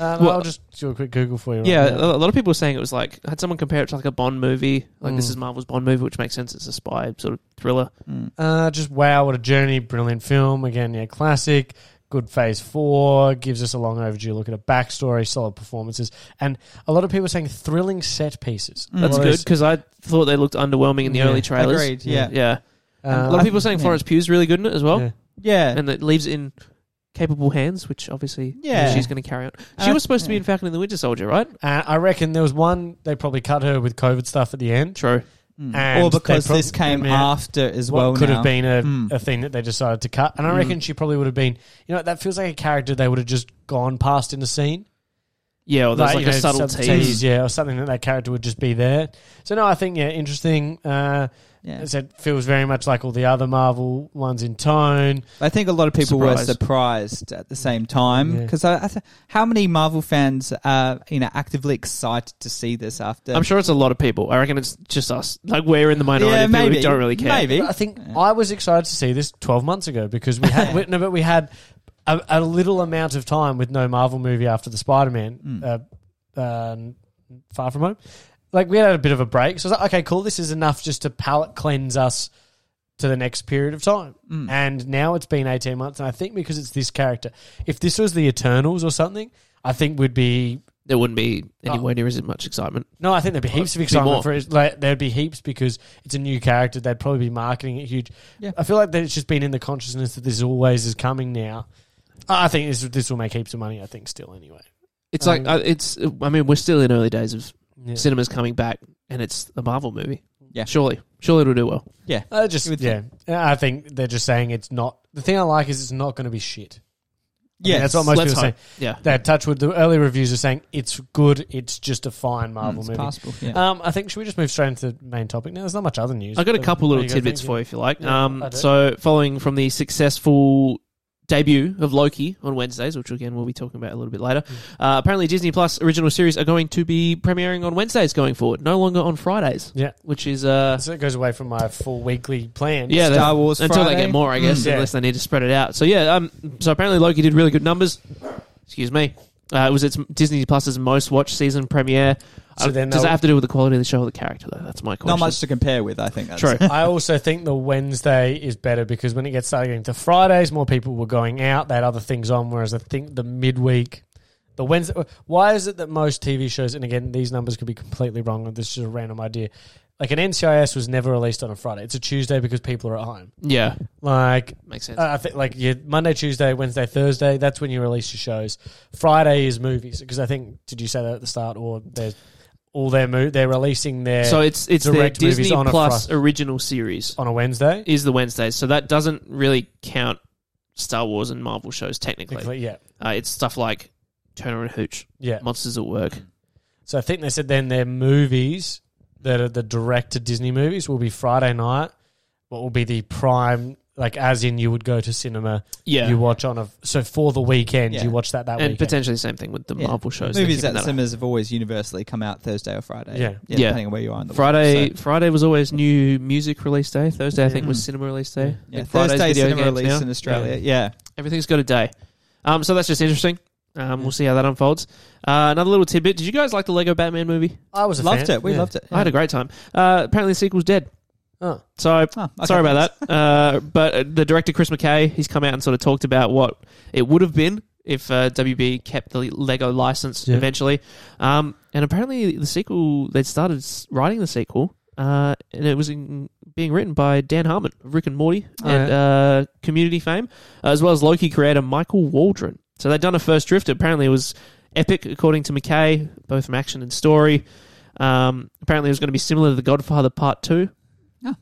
S1: Uh,
S3: Well-
S1: I'll just do a quick Google for you. Right
S3: yeah. uh,
S1: now.
S3: A lot of people were saying it was like had someone compare it to like a Bond movie. Like this
S1: Mm.
S3: is Marvel's Bond movie, which makes sense. It's a spy sort of thriller.
S2: Mm.
S1: Uh, just wow, what a journey! Brilliant film again. Yeah, classic. Good phase four gives us a long overdue look at a backstory, solid performances, and a lot of people saying thrilling set pieces.
S2: Mm.
S3: That's
S1: Well,
S3: good
S1: it's-
S3: because I thought they looked underwhelming in the
S1: Yeah.
S3: early trailers.
S2: Agreed. Yeah. yeah.
S3: Yeah, a lot
S1: Um,
S3: of people saying
S2: yeah.
S3: Florence Pugh's really good in it as well,
S1: yeah.
S3: and it leaves it in capable hands, which obviously
S2: Yeah.
S3: she's going to carry on. She
S2: And I-
S3: was supposed to be
S2: Uh, yeah.
S3: in Falcon and the Winter Soldier, right?
S1: Uh, I reckon there was one they probably cut her with COVID stuff at the end.
S3: True.
S2: Mm.
S1: And
S2: or because
S1: they prob-
S2: this came
S1: I mean,
S2: after as
S1: What
S2: well.
S1: could
S2: now.
S1: have been a,
S2: Mm.
S1: a thing that they decided to cut, and I reckon she probably would have been. You know, that feels like a character they would have just gone past in the scene.
S3: Yeah, or Oh, there's like,
S1: you
S3: a
S1: know,
S3: subtle
S1: sub-
S3: tease.
S1: yeah, or something that that character would just be there. So no, I think yeah, interesting. Uh,
S2: Yeah.
S1: As I said feels very much like all the other Marvel ones in tone.
S2: I think a lot of people
S3: Surprised.
S2: were surprised at the same time
S1: Yeah.
S2: because I, I th- how many Marvel fans are you know actively excited to see this after?
S3: I'm sure it's a lot of people. I reckon it's just us. Like we're in the minority.
S2: yeah,
S3: of people who
S2: maybe
S3: don't really care.
S2: Maybe
S1: But I think
S2: Yeah.
S1: I was excited to see this 12 months ago because we had, we, no, but we had a, a little amount of time with no Marvel movie after the Spider Man, uh, um, Far From Home. Like, we had a bit of a break. So I was like, okay, cool. This is enough just to palate cleanse us to the next period of time.
S2: Mm.
S1: And now it's been 18 months. And I think because it's this character, if this was the Eternals or something, I think we'd be
S3: There wouldn't be anywhere
S1: Oh.
S3: near as much excitement.
S1: no, I think there'd be heaps of
S3: Be more.
S1: excitement for it. Like, there'd be heaps because it's a new character. They'd probably be marketing it huge.
S2: Yeah.
S1: I feel like that it's just been in the consciousness that this always is coming now. I think this this will make heaps of money. I think still anyway.
S3: It's
S1: Um,
S3: like uh, it's. I mean, we're still in early days of
S1: Yeah.
S3: cinemas coming back, and it's a Marvel movie.
S2: Yeah.
S3: surely, surely it'll do well.
S1: I
S2: You
S1: just
S2: would
S1: yeah. I think they're just saying it's not. The thing I like is it's not going to be shit. I mean,
S2: Yes.
S1: that's what most
S3: Let's
S1: people
S3: hope.
S1: say.
S3: Yeah,
S1: That Touchwood, the early reviews are saying it's good. It's just a fine
S3: Mm,
S1: Marvel
S2: Mm, it's
S1: movie.
S2: possible.
S3: Uh,
S2: Yeah.
S1: Um, I think should we just move straight into the main topic now? There's not much other news.
S3: I got a
S1: Uh,
S3: couple
S1: there
S3: little
S1: you go,
S3: tidbits
S1: thank
S3: for you if you like.
S1: Yeah,
S3: um,
S1: I do.
S3: so following from the successful debut of Loki on Wednesdays, which again we'll be talking about a little bit later.
S1: Mm.
S3: Uh, apparently, Disney Plus original series are going to be premiering on Wednesdays going forward, no longer on Fridays.
S1: Yeah.
S3: which is uh,
S1: So it goes away from my full weekly plan.
S3: Yeah,
S2: Star
S3: they-
S2: Wars
S3: until they
S2: Friday.
S3: get more, I guess,
S1: Mm. Yeah.
S3: unless they need to spread it out. So yeah, um, so apparently Loki did really good numbers. Excuse me. Uh, it was its Disney Plus's most watched season premiere.
S1: So
S3: Uh,
S1: then
S3: does that
S1: they'll-
S3: have to do with the quality of the show or the character though? That's my question.
S2: Mm. Not much to compare with. I think that's
S3: True.
S1: I also think the Wednesday is better because when it gets started getting to Fridays, more people were going out. They had other things on. Whereas I think the midweek, the Wednesday. Why is it that most TV shows, and again, these numbers could be completely wrong. This is just a random idea. Like an NCIS was never released on a Friday. It's a Tuesday because people are at home.
S3: yeah,
S1: Like
S3: makes sense.
S1: uh, I think, like yeah, Monday, Tuesday, Wednesday, Thursday. That's when you release your shows. Friday is movies because I think. Did you say that at the start or there's all their mo- they're releasing their
S3: So it's it's the
S1: Direct movies
S3: Disney
S1: on a
S3: Plus
S1: Fri-
S3: original series
S1: on a Wednesday.
S3: is the Wednesdays, so that doesn't really count Star Wars and Marvel shows technically.
S1: Technically, yeah,
S3: Uh, it's stuff like Turner and Hooch,
S1: yeah.
S3: Monsters at Work.
S1: So I think they said then their movies that are the direct to Disney movies will be Friday night. What will be the prime? Like as in you would go to cinema,
S3: Yeah,
S1: you watch on a so for the weekend
S2: Yeah.
S1: you watch that that
S3: and
S1: weekend.
S3: potentially the same thing with the
S2: Yeah.
S3: Marvel shows. They're
S2: Movies
S3: keeping
S2: at
S3: that up.
S2: cinemas have always universally come out Thursday or Friday.
S1: Yeah.
S3: Yeah.
S2: depending on where you are on the
S3: Friday,
S2: Week, so-
S3: Friday was always new music release day. Thursday, I think,
S2: Mm.
S3: was cinema release day.
S2: yeah,
S3: Like Friday's
S2: Thursday
S3: video
S2: cinema
S3: games
S2: release
S3: now.
S2: in Australia. Yeah,
S3: Everything's got a day. Um, so that's just interesting. Um, we'll see how that unfolds. Uh, another little tidbit. Did you guys like the Lego Batman movie?
S1: I was a
S2: loved
S1: fan.
S2: it. We
S1: Yeah.
S2: loved it.
S3: I had a great time. Uh, apparently, the sequel's dead.
S1: Oh.
S3: So
S2: Oh, okay,
S3: sorry about
S2: thanks.
S3: that. Uh, but uh, the director Chris McKay, he's come out and sort of talked about what it would have been if uh, WB kept the Lego license
S1: Yeah.
S3: eventually. Um, and apparently, the sequel they started s- writing the sequel, uh, and it was in, being written by Dan Harmon of Rick and Morty
S1: Oh,
S3: and uh, Community fame, uh, as well as Loki creator Michael Waldron. So they'd done a first drift. Apparently, it was epic, according to McKay, both from action and story. Um, apparently, it was going to be similar to The Godfather Part Two.
S2: Oh.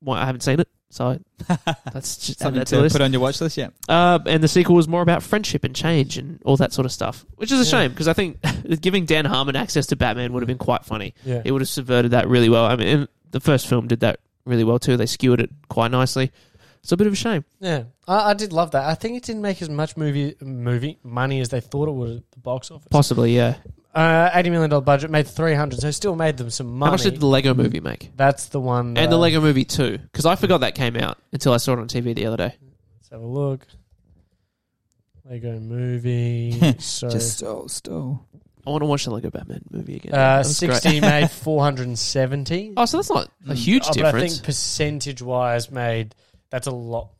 S3: Well, I haven't seen it, so that's just add
S2: Something
S3: that
S2: to
S3: to the list.
S2: uh, put on your watch list. Yeah,
S3: Uh, and the sequel was more about friendship and change and all that sort of stuff, which is a
S1: Yeah.
S3: shame because I think giving Dan Harmon access to Batman would have been quite funny.
S1: Yeah.
S3: It would have subverted that really well. I mean, and the first film did that really well too. They skewered it quite nicely. It's a bit of a shame.
S1: Yeah, I, I did love that. I think it didn't make as much movie movie money as they thought it would at the box office.
S3: Possibly, yeah.
S1: uh, Eighty million dollar budget made three hundred, so it still made them some money. Uh,
S3: How much did the Lego movie make?
S1: That's the one. that
S3: And the
S1: I-
S3: Lego movie too, because I forgot that came out until I saw it on TV the other day.
S1: Let's have a look. Lego movie. so
S2: just so still.
S3: I want to watch the Lego Batman movie again. That
S1: uh,
S3: was great.
S1: sixty made four hundred and seventy.
S3: Oh, so that's not a
S2: Mm.
S3: huge
S1: Oh, but I
S3: difference.
S1: think percentage wise made that's a lot.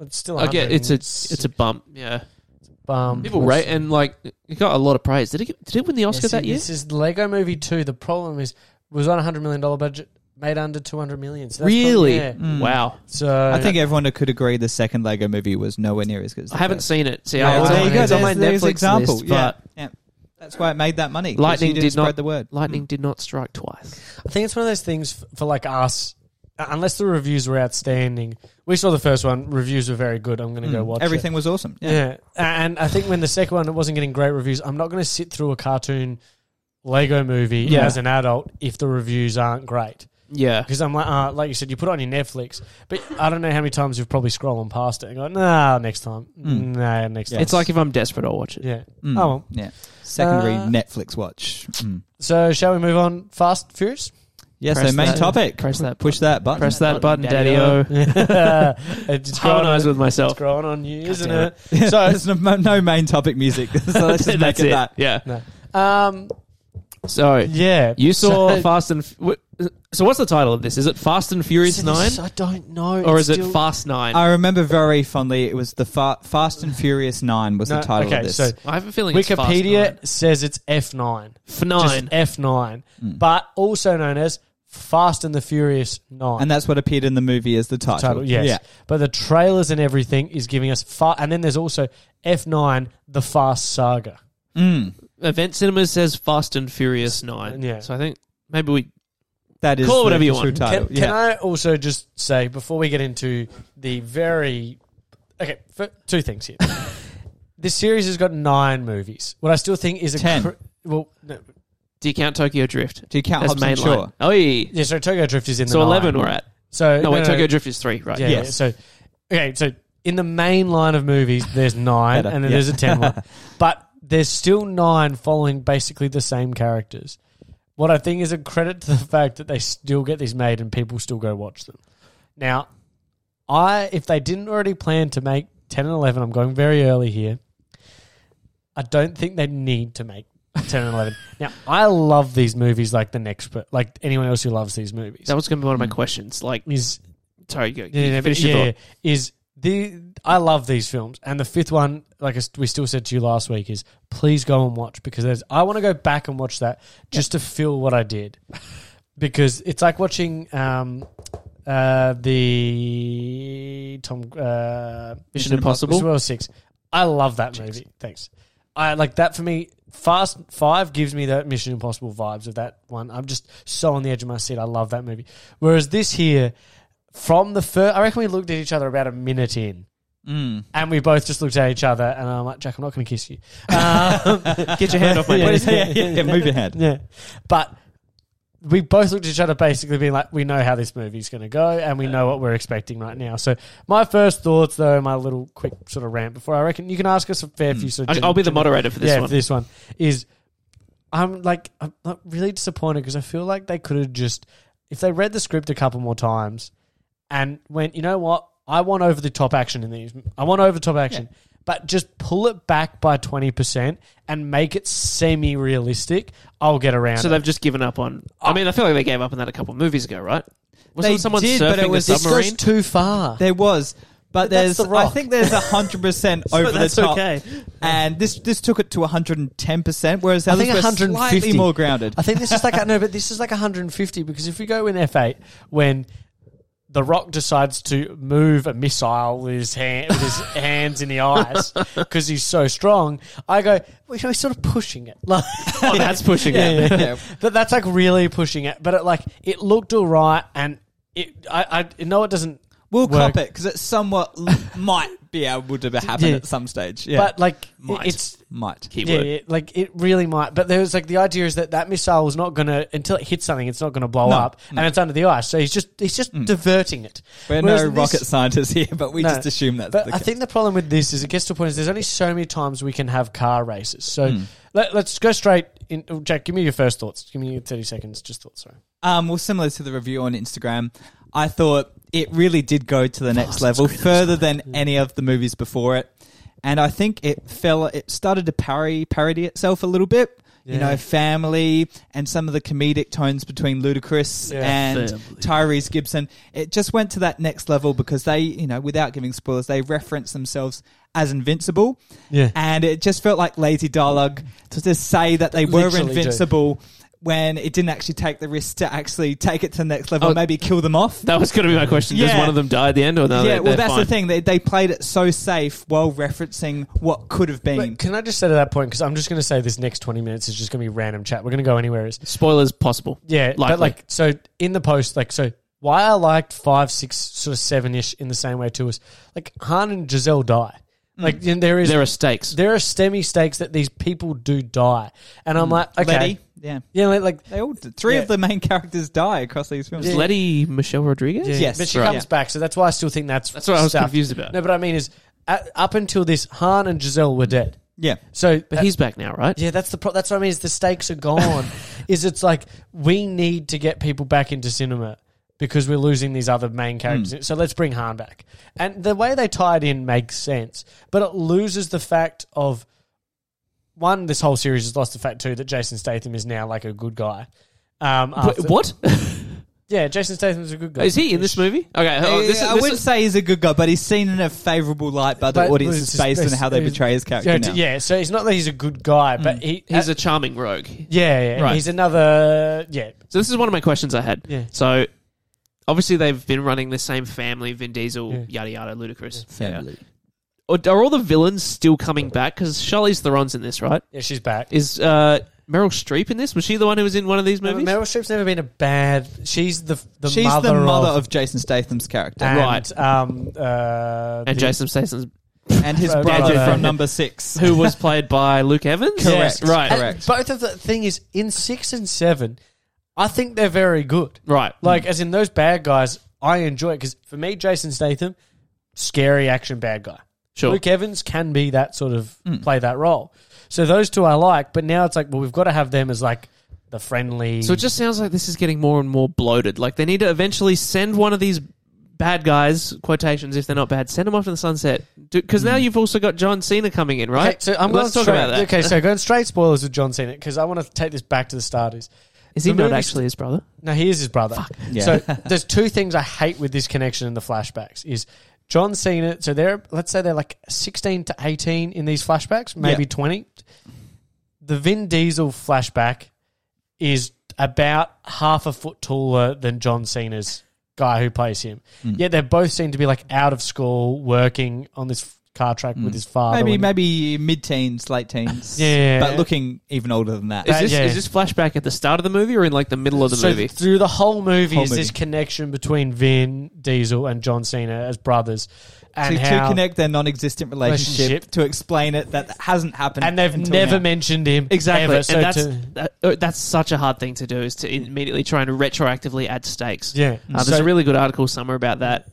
S1: It's still
S3: I get Oh, it's a it's a
S1: 106
S3: bump. Yeah.
S1: bum.
S3: People rate and like it got a lot of praise. Did it? get- Did it win the
S1: Yeah,
S3: Oscar
S1: see,
S3: that year?
S1: This is Lego Movie Two. The problem is was on a hundred million dollar budget, made under two hundred million. So that's
S3: Really?
S1: probably- yeah.
S2: Mm.
S3: Wow.
S1: So
S2: I think everyone could agree the second Lego movie was nowhere near as good. as the
S3: Uh, I haven't
S2: first.
S3: seen it. See,
S1: Yeah,
S3: I
S1: well,
S3: was
S1: there
S3: on,
S1: you
S3: it's
S1: go.
S3: on my
S2: There's- there's
S3: Netflix
S2: example.
S3: list,
S2: yeah.
S3: but
S2: yeah, that's why it made that money. 'cause you
S3: Lightning
S2: didn't
S3: did
S2: spread
S3: not-
S2: the word.
S3: lightning did not strike twice.
S1: I think it's one of those things f- for like us. uh, Unless the reviews were outstanding, we saw the first one. Reviews were very good. I'm going to go
S3: Hmm.
S2: Mm.
S1: watch
S2: Everything was awesome.
S1: It. Yeah. and I think when the second one it wasn't getting great reviews, I'm not going to sit through a cartoon Lego movie
S3: Yeah.
S1: as an adult if the reviews aren't great.
S3: Yeah.
S1: Because I'm like, uh, like you said, you put it on your Netflix, but I don't know how many times you've probably scrolling past it and going, nah, next time,
S2: Mm.
S1: nah, next
S2: Yeah.
S1: time.
S3: It's like if I'm desperate, I'll watch it.
S1: yeah.
S2: Mm.
S1: Oh, well.
S2: yeah. Secondary
S1: Uh,
S2: Netflix watch. Mm.
S1: So shall we move on? Fast Furious.
S2: Yeah, so
S3: Press
S2: main
S3: that-
S2: topic.
S3: Press that.
S2: Push that button.
S3: Press that button, Daddy
S4: Daddy-o.
S3: O.
S1: it's growing on,
S3: Harmonize with
S1: it's
S3: myself.
S1: growing on you, isn't
S3: damn
S1: it? So-
S2: there's no, no main topic music, so let's just make
S3: That's
S2: it,
S3: it.
S2: that.
S3: Yeah.
S1: Um,
S3: So
S1: yeah.
S3: you saw
S1: So-
S3: Fast and F- wh- so what's the title of this? Is it Fast and Furious
S1: So
S3: Nine
S1: this- I don't know.
S3: or
S1: It's
S3: is it
S1: still-
S3: Fast Nine?
S2: I remember very fondly. It was the fa- Fast and Furious Nine was
S1: No,
S2: the title
S1: okay,
S2: of this.
S1: so
S3: I have a feeling it's Fast
S1: Wikipedia says it's F nine,
S3: Nine. For
S1: just
S3: nine.
S1: F nine,
S2: Mm.
S1: but also known as Fast and the Furious Nine.
S2: and that's what appeared in the movie as the title.
S1: title, yes.
S2: Yeah.
S1: But the trailers and everything is giving us far, and then there's also F9, the Fast Saga.
S2: Mm,
S3: Event Cinemas says Fast and Furious Nine.
S1: Yeah.
S3: So I think maybe we
S2: that is
S3: Call it
S2: the
S3: whatever you
S2: true
S3: want.
S1: Can,
S2: title.
S1: can
S2: Uh, yeah.
S1: I also just say before we get into the very okay, for two things here. this series has got nine movies. What I still think is a
S2: Ten.
S1: cr- well, no,
S3: do you count Tokyo Drift?
S2: Do you count
S3: That's
S2: Hobbs and
S3: mainline.
S2: Shaw?
S3: Oh yeah.
S1: yeah. So Tokyo Drift is in the
S3: So
S1: nine.
S3: eleven we're at.
S1: So
S3: No, wait, Tokyo Drift is three, right?
S1: Yeah, yeah.
S2: Yes.
S1: So okay, so in the main line of movies, there's nine,
S2: Better,
S1: and then
S2: yeah.
S1: there's a ten one, but there's still nine following basically the same characters. What I think is a credit to the fact that they still get these made and people still go watch them. Now, I if they didn't already plan to make ten and eleven, I'm going very early here. I don't think they need to make ten and eleven. now, I love these movies like the next, per- like anyone else who loves these movies.
S3: That was going to be one of my questions. Like,
S1: Is
S3: sorry, go,
S1: yeah, yeah,
S3: finish
S1: but-
S3: your
S1: yeah,
S3: thought.
S1: yeah. is the I love these films, and the fifth one, like I s- we still said to you last week, is please go and watch because there's I want to go back and watch that just to feel what I did because it's like watching um uh the Tom uh
S3: Mission Impossible.
S1: World Six. I love that movie. Thanks. I like that for me. Fast Five gives me that Mission Impossible vibes of that one. I'm just so on the edge of my seat. I love that movie. Whereas this here, from the first, I reckon we looked at each other about a minute in,
S2: Mm.
S1: and we both just looked at each other, and I'm like, Jack, I'm not going to kiss you. Um,
S3: Get your hand off my
S1: Yeah.
S3: neck.
S2: yeah, yeah, yeah, move your hand.
S1: yeah, but we both looked at each other, basically being like, we know how this movie's going to go, and we know what we're expecting right now. So my first thoughts, though, my little quick sort of rant before I reckon you can ask us a fair few. Sort of
S3: I- I'll be the
S1: general-
S3: moderator for this
S1: yeah,
S3: one.
S1: this one is. I'm like I'm not really disappointed because I feel like they could have just if they read the script a couple more times and went, you know what, I want over the top action in these. I want over the top action, but just pull it back by twenty percent and make it semi realistic. I'll get around.
S3: So
S1: it.
S3: they've just given up on. I mean, I feel like they gave up on that a couple of movies ago, right? Wasn't
S2: They
S3: someone
S2: did,
S3: surfing
S2: but it was-
S3: a
S2: this goes
S1: This
S3: submarine?
S1: goes too far.
S2: There was, but
S1: That's
S2: there's.
S1: The Rock.
S2: I think there's hundred percent over
S3: that's
S2: the top,
S3: okay.
S2: and this this took it to hundred and ten percent. Whereas the
S1: I
S2: others
S1: think
S2: were
S1: 150.
S2: slightly more grounded.
S1: I think this is like no, but this is like 150 because if we go in F8 when the Rock decides to move a missile with his, hand, with his hands in the eyes because he's so strong, I go, well, he's sort of pushing it. Like,
S3: Oh, that's pushing it.
S1: yeah, but that's like really pushing it. But it like it looked all right, and it I I know it doesn't.
S2: We'll
S1: work.
S2: cop it because it somewhat l- might be able to happen
S1: Yeah.
S2: at some stage. Yeah,
S1: But like
S2: might.
S1: it's
S2: might.
S1: yeah,
S3: Keyword.
S1: yeah, like it really might. But there was like the idea is that that missile is not going to until it hits something, it's not going to blow
S2: No,
S1: up, and it's under the ice. So he's just he's just diverting it.
S2: We're
S1: Whereas
S2: no
S1: this-
S2: rocket scientists here, but we
S1: No,
S2: just assume that's
S1: But
S2: the
S1: I
S2: case.
S1: think the problem with this is it gets to a point is there's only so many times we can have car races. So
S2: Mm.
S1: let, let's go straight. In, oh, Jack, give me your first thoughts. Give me your thirty seconds. Just thoughts. Sorry.
S2: Um, well, similar to the review on Instagram, I thought it really did go to the next level, further than any of the movies before it. And I think it fell. It started to parry parody itself a little bit. You
S1: Yeah.
S2: know, family and some of the comedic tones between Ludacris
S1: Yeah.
S2: and
S3: Family.
S2: Tyrese Gibson. It just went to that next level because they, you know, without giving spoilers, they referenced themselves as invincible.
S1: Yeah.
S2: And it just felt like lazy dialogue to just say that they were
S1: Literally do.
S2: invincible when it didn't actually take the risk to actually take it to the next level,
S3: Oh.
S2: maybe kill them off.
S3: That was going to be my question. Does
S2: Yeah.
S3: one of them die at the end, or no?
S2: yeah,
S3: they're-
S2: well,
S3: they're
S2: that's the
S3: fine?
S2: thing. They, they played it so safe while referencing what could have been.
S1: But can I just say to that point because I'm just going to say this next twenty minutes is just going to be random chat. We're going to go anywhere. Is
S3: Spoilers possible.
S1: Yeah,
S3: Likely.
S1: but like so in the post, like so why I liked five, six, sort of seven ish in the same way too is like Han and Giselle die. Like you know, there is
S3: Mm. There
S1: there
S3: are
S1: are,
S3: stakes.
S1: stemmy stakes that these people do die, and
S3: Mm.
S1: I'm like okay,
S2: Letty, yeah.
S1: yeah, like, like
S2: They all did. Three
S1: Yeah.
S2: of the main characters die across these films.
S3: Is Letty Michelle Rodriguez?
S1: yeah,
S2: Yes,
S1: but she
S3: right.
S1: comes back, so that's why I still think that's
S3: That's what I was
S1: stuff.
S3: confused about.
S1: No, but I mean is at, up until this, Han and Giselle were dead.
S2: Yeah.
S1: So
S3: But he's back now, right?
S1: Yeah, that's the pro- that's what I mean. Is the stakes are gone? is it's like we need to get people back into cinema because we're losing these other
S3: Hmm.
S1: main characters. So let's bring Han back. And the way they tie it in makes sense, but it loses the fact of one. This whole series has lost the fact too that Jason Statham is now like a good guy. Um,
S3: Wait,
S1: after-
S3: what
S1: Yeah, Jason Statham is a good guy.
S3: is he in this movie? Okay, oh, this,
S2: I
S3: this
S2: wouldn't say he's a good guy, but he's seen in a favourable light by the
S1: But it's
S2: audience's
S1: just-
S2: face and
S1: it's-
S2: how they
S1: it's-
S2: betray his character
S1: yeah,
S2: now.
S1: yeah, so it's not that he's a good guy, but he
S3: Hmm. he's
S1: uh,
S3: a charming rogue.
S1: yeah, yeah
S3: Right.
S1: he's another yeah
S3: So this is one of my questions I had.
S1: Yeah.
S3: So obviously they've been running the same family, Vin Diesel,
S1: Yeah.
S3: yada yada, ludicrous.
S2: Family.
S3: Or Are all the villains still coming back? Because Charlize Theron's in this, right?
S1: yeah she's back.
S3: Is uh, Meryl Streep in this? Was she the one who was in one of these
S1: No, but
S3: movies?
S1: Uh, Meryl Streep's never been a bad. She's the the
S2: She's
S1: mother,
S2: the mother
S1: of,
S2: of, Jason Statham's character.
S1: and,
S3: right.
S1: Um, uh,
S3: and
S1: the-
S3: Jason Statham,
S2: and his
S1: Brother.
S2: brother
S1: Brother.
S2: from number six.
S3: who was played by Luke Evans,
S2: Correct.
S3: right,
S1: and
S2: Correct.
S1: Both of the thing is in six and seven. I think they're very good.
S3: right.
S1: Like as in those bad guys, I enjoy it because for me, Jason Statham, scary action bad guy.
S3: Sure. Hmm.
S1: Luke Evans can be that sort of play that role. So those two I like, but now it's like, well, we've got to have them as like the friendly.
S3: So it just sounds like this is getting more and more bloated. Like they need to eventually send one of these bad guys quotations if they're not bad. Send them off to the sunset because now you've also got John Cena coming in, right?
S1: Hmm. Okay, so I'm
S3: Let's
S1: going
S3: talk
S1: straight-
S3: about that.
S1: Okay, so going straight spoilers with John Cena because I want to take this back to the starters.
S3: Is he
S1: The
S3: not
S1: movie's-
S3: actually his brother?
S1: No, he is his brother.
S2: Yeah.
S1: So there's two things I hate with this connection and the flashbacks is John Cena. So they're let's say they're like 16 to 18 in these flashbacks, maybe
S2: Yeah.
S1: 20. The Vin Diesel flashback is about half a foot taller than John
S2: Hmm.
S1: Cena's guy who plays him. Yet they both seem to be like out of school, working on this car track
S2: Mm.
S1: with his father.
S2: maybe
S1: when-
S2: maybe mid teens, late teens.
S1: Yeah.
S2: but looking even older than that.
S3: Is this
S1: yeah.
S3: is this flashback at the start of the movie or in like the middle of the
S1: so
S3: movie?
S1: through the whole movie
S2: Whole
S1: is this
S2: movie.
S1: connection between Vin Diesel and John Cena as brothers, and
S2: to, to
S1: how
S2: connect their non-existent relationship,
S1: Relationship.
S2: to explain it that hasn't happened,
S1: and they've
S2: until
S1: never
S2: now.
S1: mentioned him
S3: Exactly,
S1: ever. So
S3: and that's
S1: to-
S3: that, uh, that's such a hard thing to do is to immediately try and retroactively add stakes.
S2: Mm.
S1: yeah,
S3: Uh, there's
S1: So-
S3: a really good article somewhere about that.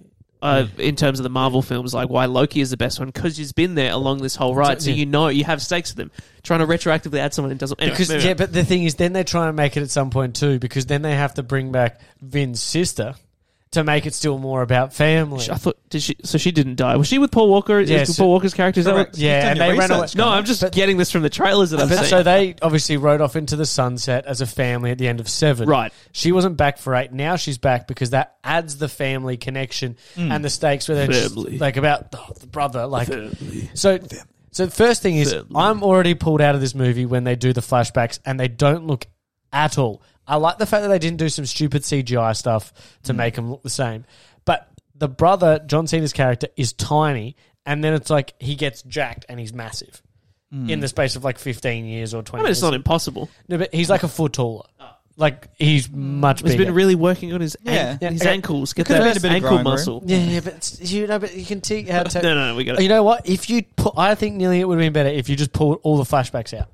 S3: Uh, in terms of the Marvel films, like why Loki is the best one because he's been there along this whole ride, so
S1: Yeah.
S3: you know you have stakes with them. Trying to retroactively add someone it doesn't anyway,
S1: Because
S3: moving
S1: yeah,
S3: on.
S1: but the thing is, then they try and make it at some point too, because then they have to bring back Vin's sister to make it still more about family.
S3: I thought did she? So she didn't die. Was she with Paul Walker? Is
S1: Yeah,
S3: with
S1: so-
S3: Paul Walker's character? Is that
S2: Correct.
S3: what,
S2: You've done
S1: yeah, and
S2: your
S1: they ran away.
S2: research,
S3: no,
S2: Connor.
S3: I'm just
S1: But-
S3: getting this from the trailers that I've
S1: But
S3: seen.
S1: so they obviously rode off into the sunset as a family at the end of seven.
S3: right.
S1: She wasn't back for eight. Now she's back because that adds the family connection and the stakes where they're just,
S3: Mm. Family.
S1: like about the, the brother. Like so. So the first thing is, I'm already pulled out of this movie when they do the flashbacks and they don't look at all. I like the fact that they didn't do some stupid CGI stuff
S3: Mm.
S1: to make him look the same. But the brother, John Cena's character, is tiny, and then it's like he gets jacked and he's massive in the space of like 15 years or
S3: Mm. I
S1: 20
S3: mean, it's
S1: years.
S3: not impossible.
S1: No, but he's like a foot taller.
S2: Ah.
S1: Like he's much
S3: He's
S1: bigger.
S3: been really working on his
S2: Yeah.
S3: an-
S1: Yeah,
S3: his
S1: okay.
S3: ankles. Get
S2: Could've
S3: that
S2: been a bit of
S3: ankle
S2: grime room.
S3: muscle.
S1: yeah, yeah, but it's- you know, but you can take how
S3: No,
S1: to.
S3: no, no, we got it.
S1: You know what? If you put, I think nearly it would have been better if you just pulled all the flashbacks out.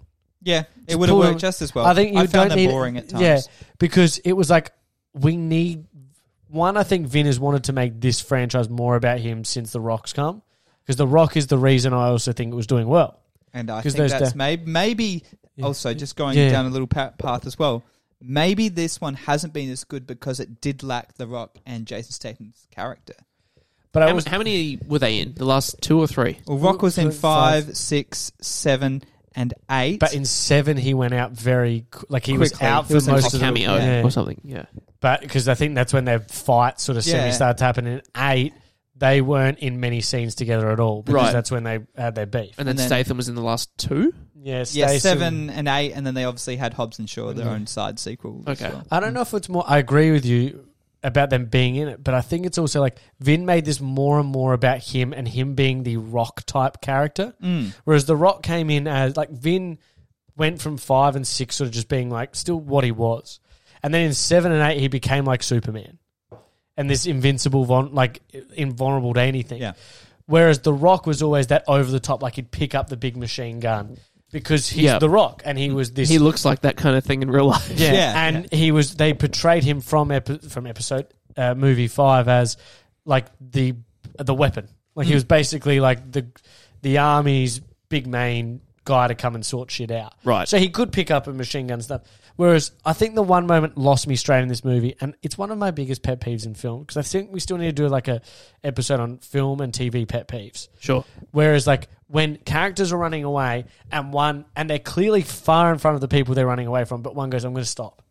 S2: Yeah, it
S1: Just
S2: would have
S1: pull
S2: worked
S1: them-
S2: just as well.
S1: I think you
S2: I found
S1: don't
S2: them
S1: need
S2: boring at times.
S1: Yeah, because it was like we need one. I think Vin has wanted to make this franchise more about him since The Rock's come, because The Rock is the reason I also think it was doing well.
S2: and I
S1: 'Cause
S2: think
S1: there's
S2: that's
S1: the-
S2: maybe maybe also just going
S1: Yeah.
S2: down a little pa- path as well. Maybe this one hasn't been as good because it did lack The Rock and Jason Statham's character.
S1: But I
S3: How,
S1: was
S3: how many were they in? The last two or three?
S2: Well, Rock was in
S1: Two, five.
S2: five, six, seven, and eight.
S1: But in seven, he went out very qu- like he was
S2: Quickly.
S1: out
S2: He
S1: for
S2: was in
S1: most
S3: a
S1: of the
S3: cameo
S1: yeah.
S3: or something. Yeah.
S1: But because I think that's when their fight sort of semi
S2: Yeah.
S1: started happening. In eight, they weren't in many scenes together at all because
S3: Right.
S1: that's when they had their beef.
S3: And then,
S2: And then-
S3: Statham was in the last two.
S1: Yeah,
S2: yeah,
S1: Statham-
S2: seven and eight, and then they obviously had Hobbs and Shaw, their
S1: Yeah.
S2: own side sequel. as
S3: Okay.
S2: well.
S1: I don't know if it's more. I agree with you about them being in it, but I think it's also like Vin made this more and more about him and him being the rock type character.
S2: Mm.
S1: Whereas The Rock came in as like Vin went from five and six sort of just being like still what he was, and then in seven and eight he became like Superman, and this invincible von like invulnerable to anything.
S2: Yeah.
S1: Whereas The Rock was always that over the top, like he'd pick up the big machine gun because he's
S3: Yeah.
S1: The Rock, and he was this.
S3: He looks like that kind of thing in real life.
S1: yeah,
S2: Yeah,
S1: and he was. They portrayed him from epi- from episode uh, movie five as like the the weapon. Like he was basically like the the army's big main guy to come and sort shit out.
S3: Right.
S1: So he could pick up a machine gun and stuff. Whereas I think the one moment lost me straight in this movie, and it's one of my biggest pet peeves in film because I think we still need to do like a episode on film and TV pet peeves.
S3: Sure.
S1: Whereas like when characters are running away and one and they're clearly far in front of the people they're running away from, but one goes, I'm gonna stop.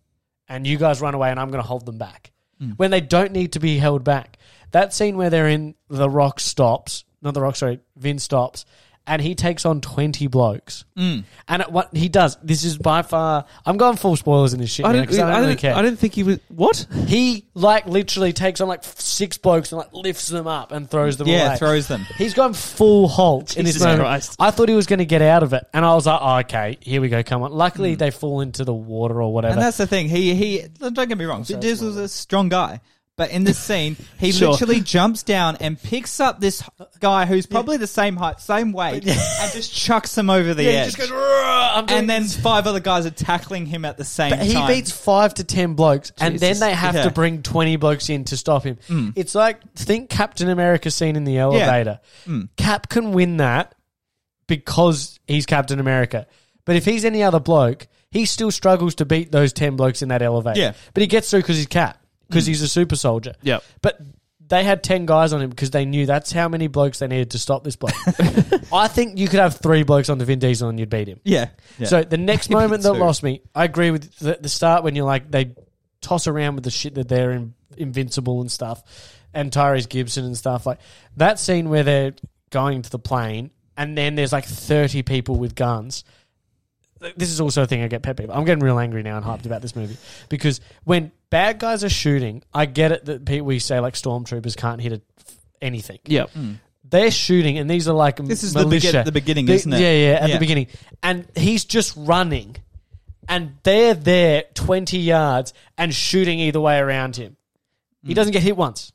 S1: And you guys run away and I'm gonna hold them back.
S3: Hmm.
S1: When they don't need to be held back. That scene where they're in the rock stops, not the rock, sorry, Vin stops, and he takes on twenty blokes.
S3: Hmm.
S1: And at what he does, this is by far I'm going full spoilers in this shit
S3: I
S1: now, 'cause
S3: didn't. e, I,
S1: I don't really
S3: didn't,
S1: care.
S3: I didn't think he was. What?
S1: He like literally takes on like f- six blokes and like lifts them up and throws them
S2: Yeah,
S1: away.
S2: throws them.
S1: He's gone full Hulk in this
S3: Jesus
S1: moment.
S3: Christ.
S1: I thought he was going to get out of it, and I was like, oh, "Okay, here we go. Come on." Luckily,
S2: Hmm.
S1: they fall into the water or whatever.
S2: And that's the thing. He he. Don't get me wrong. Diesel's a strong guy, but in this scene, he
S3: Sure.
S2: literally jumps down and picks up this h- guy who's probably the same height, same weight, and just chucks him over the
S1: yeah, he
S2: edge.
S1: just goes, "Rrrr, I'm doing
S2: and then
S1: this."
S2: five other guys are tackling him at the same
S1: But he
S2: time.
S1: beats five to ten blokes, and then
S3: Jesus.
S1: they have
S2: Yeah. Mm.
S1: to bring twenty blokes in to stop him. It's like think Captain America scene in the elevator.
S2: Mm.
S1: Cap can win that because he's Captain America, but if he's any other bloke, he still struggles to beat those ten blokes in that elevator.
S2: Yeah. Mm.
S1: but he gets through because he's Cap because he's a super soldier.
S3: Yep.
S1: but. They had 10 guys on him because they knew that's how many blokes they needed to stop this bloke. I think you could have three blokes on the Vin Diesel and you'd beat him.
S2: Yeah. yeah.
S1: So the next moment that
S2: too.
S1: lost me, I agree with the, the start when you're like they toss around with the shit that they're in, invincible and stuff, and Tyrese Gibson and stuff like that scene where they're going to the plane and then there's like thirty people with guns. This is also a thing I get pet peeve. I'm getting real angry now and hyped about this movie because when bad guys are shooting, I get it that people we say like stormtroopers can't hit a, anything
S3: Yeah.
S1: they're shooting, and these are like
S2: Mm. This is the,
S1: militia.
S2: begin- the beginning,
S1: mm. The-
S2: isn't it?
S1: Yeah, yeah, at
S2: Yeah.
S1: the beginning. And he's just running, and they're there 20 yards and shooting either way around him. He doesn't get hit once.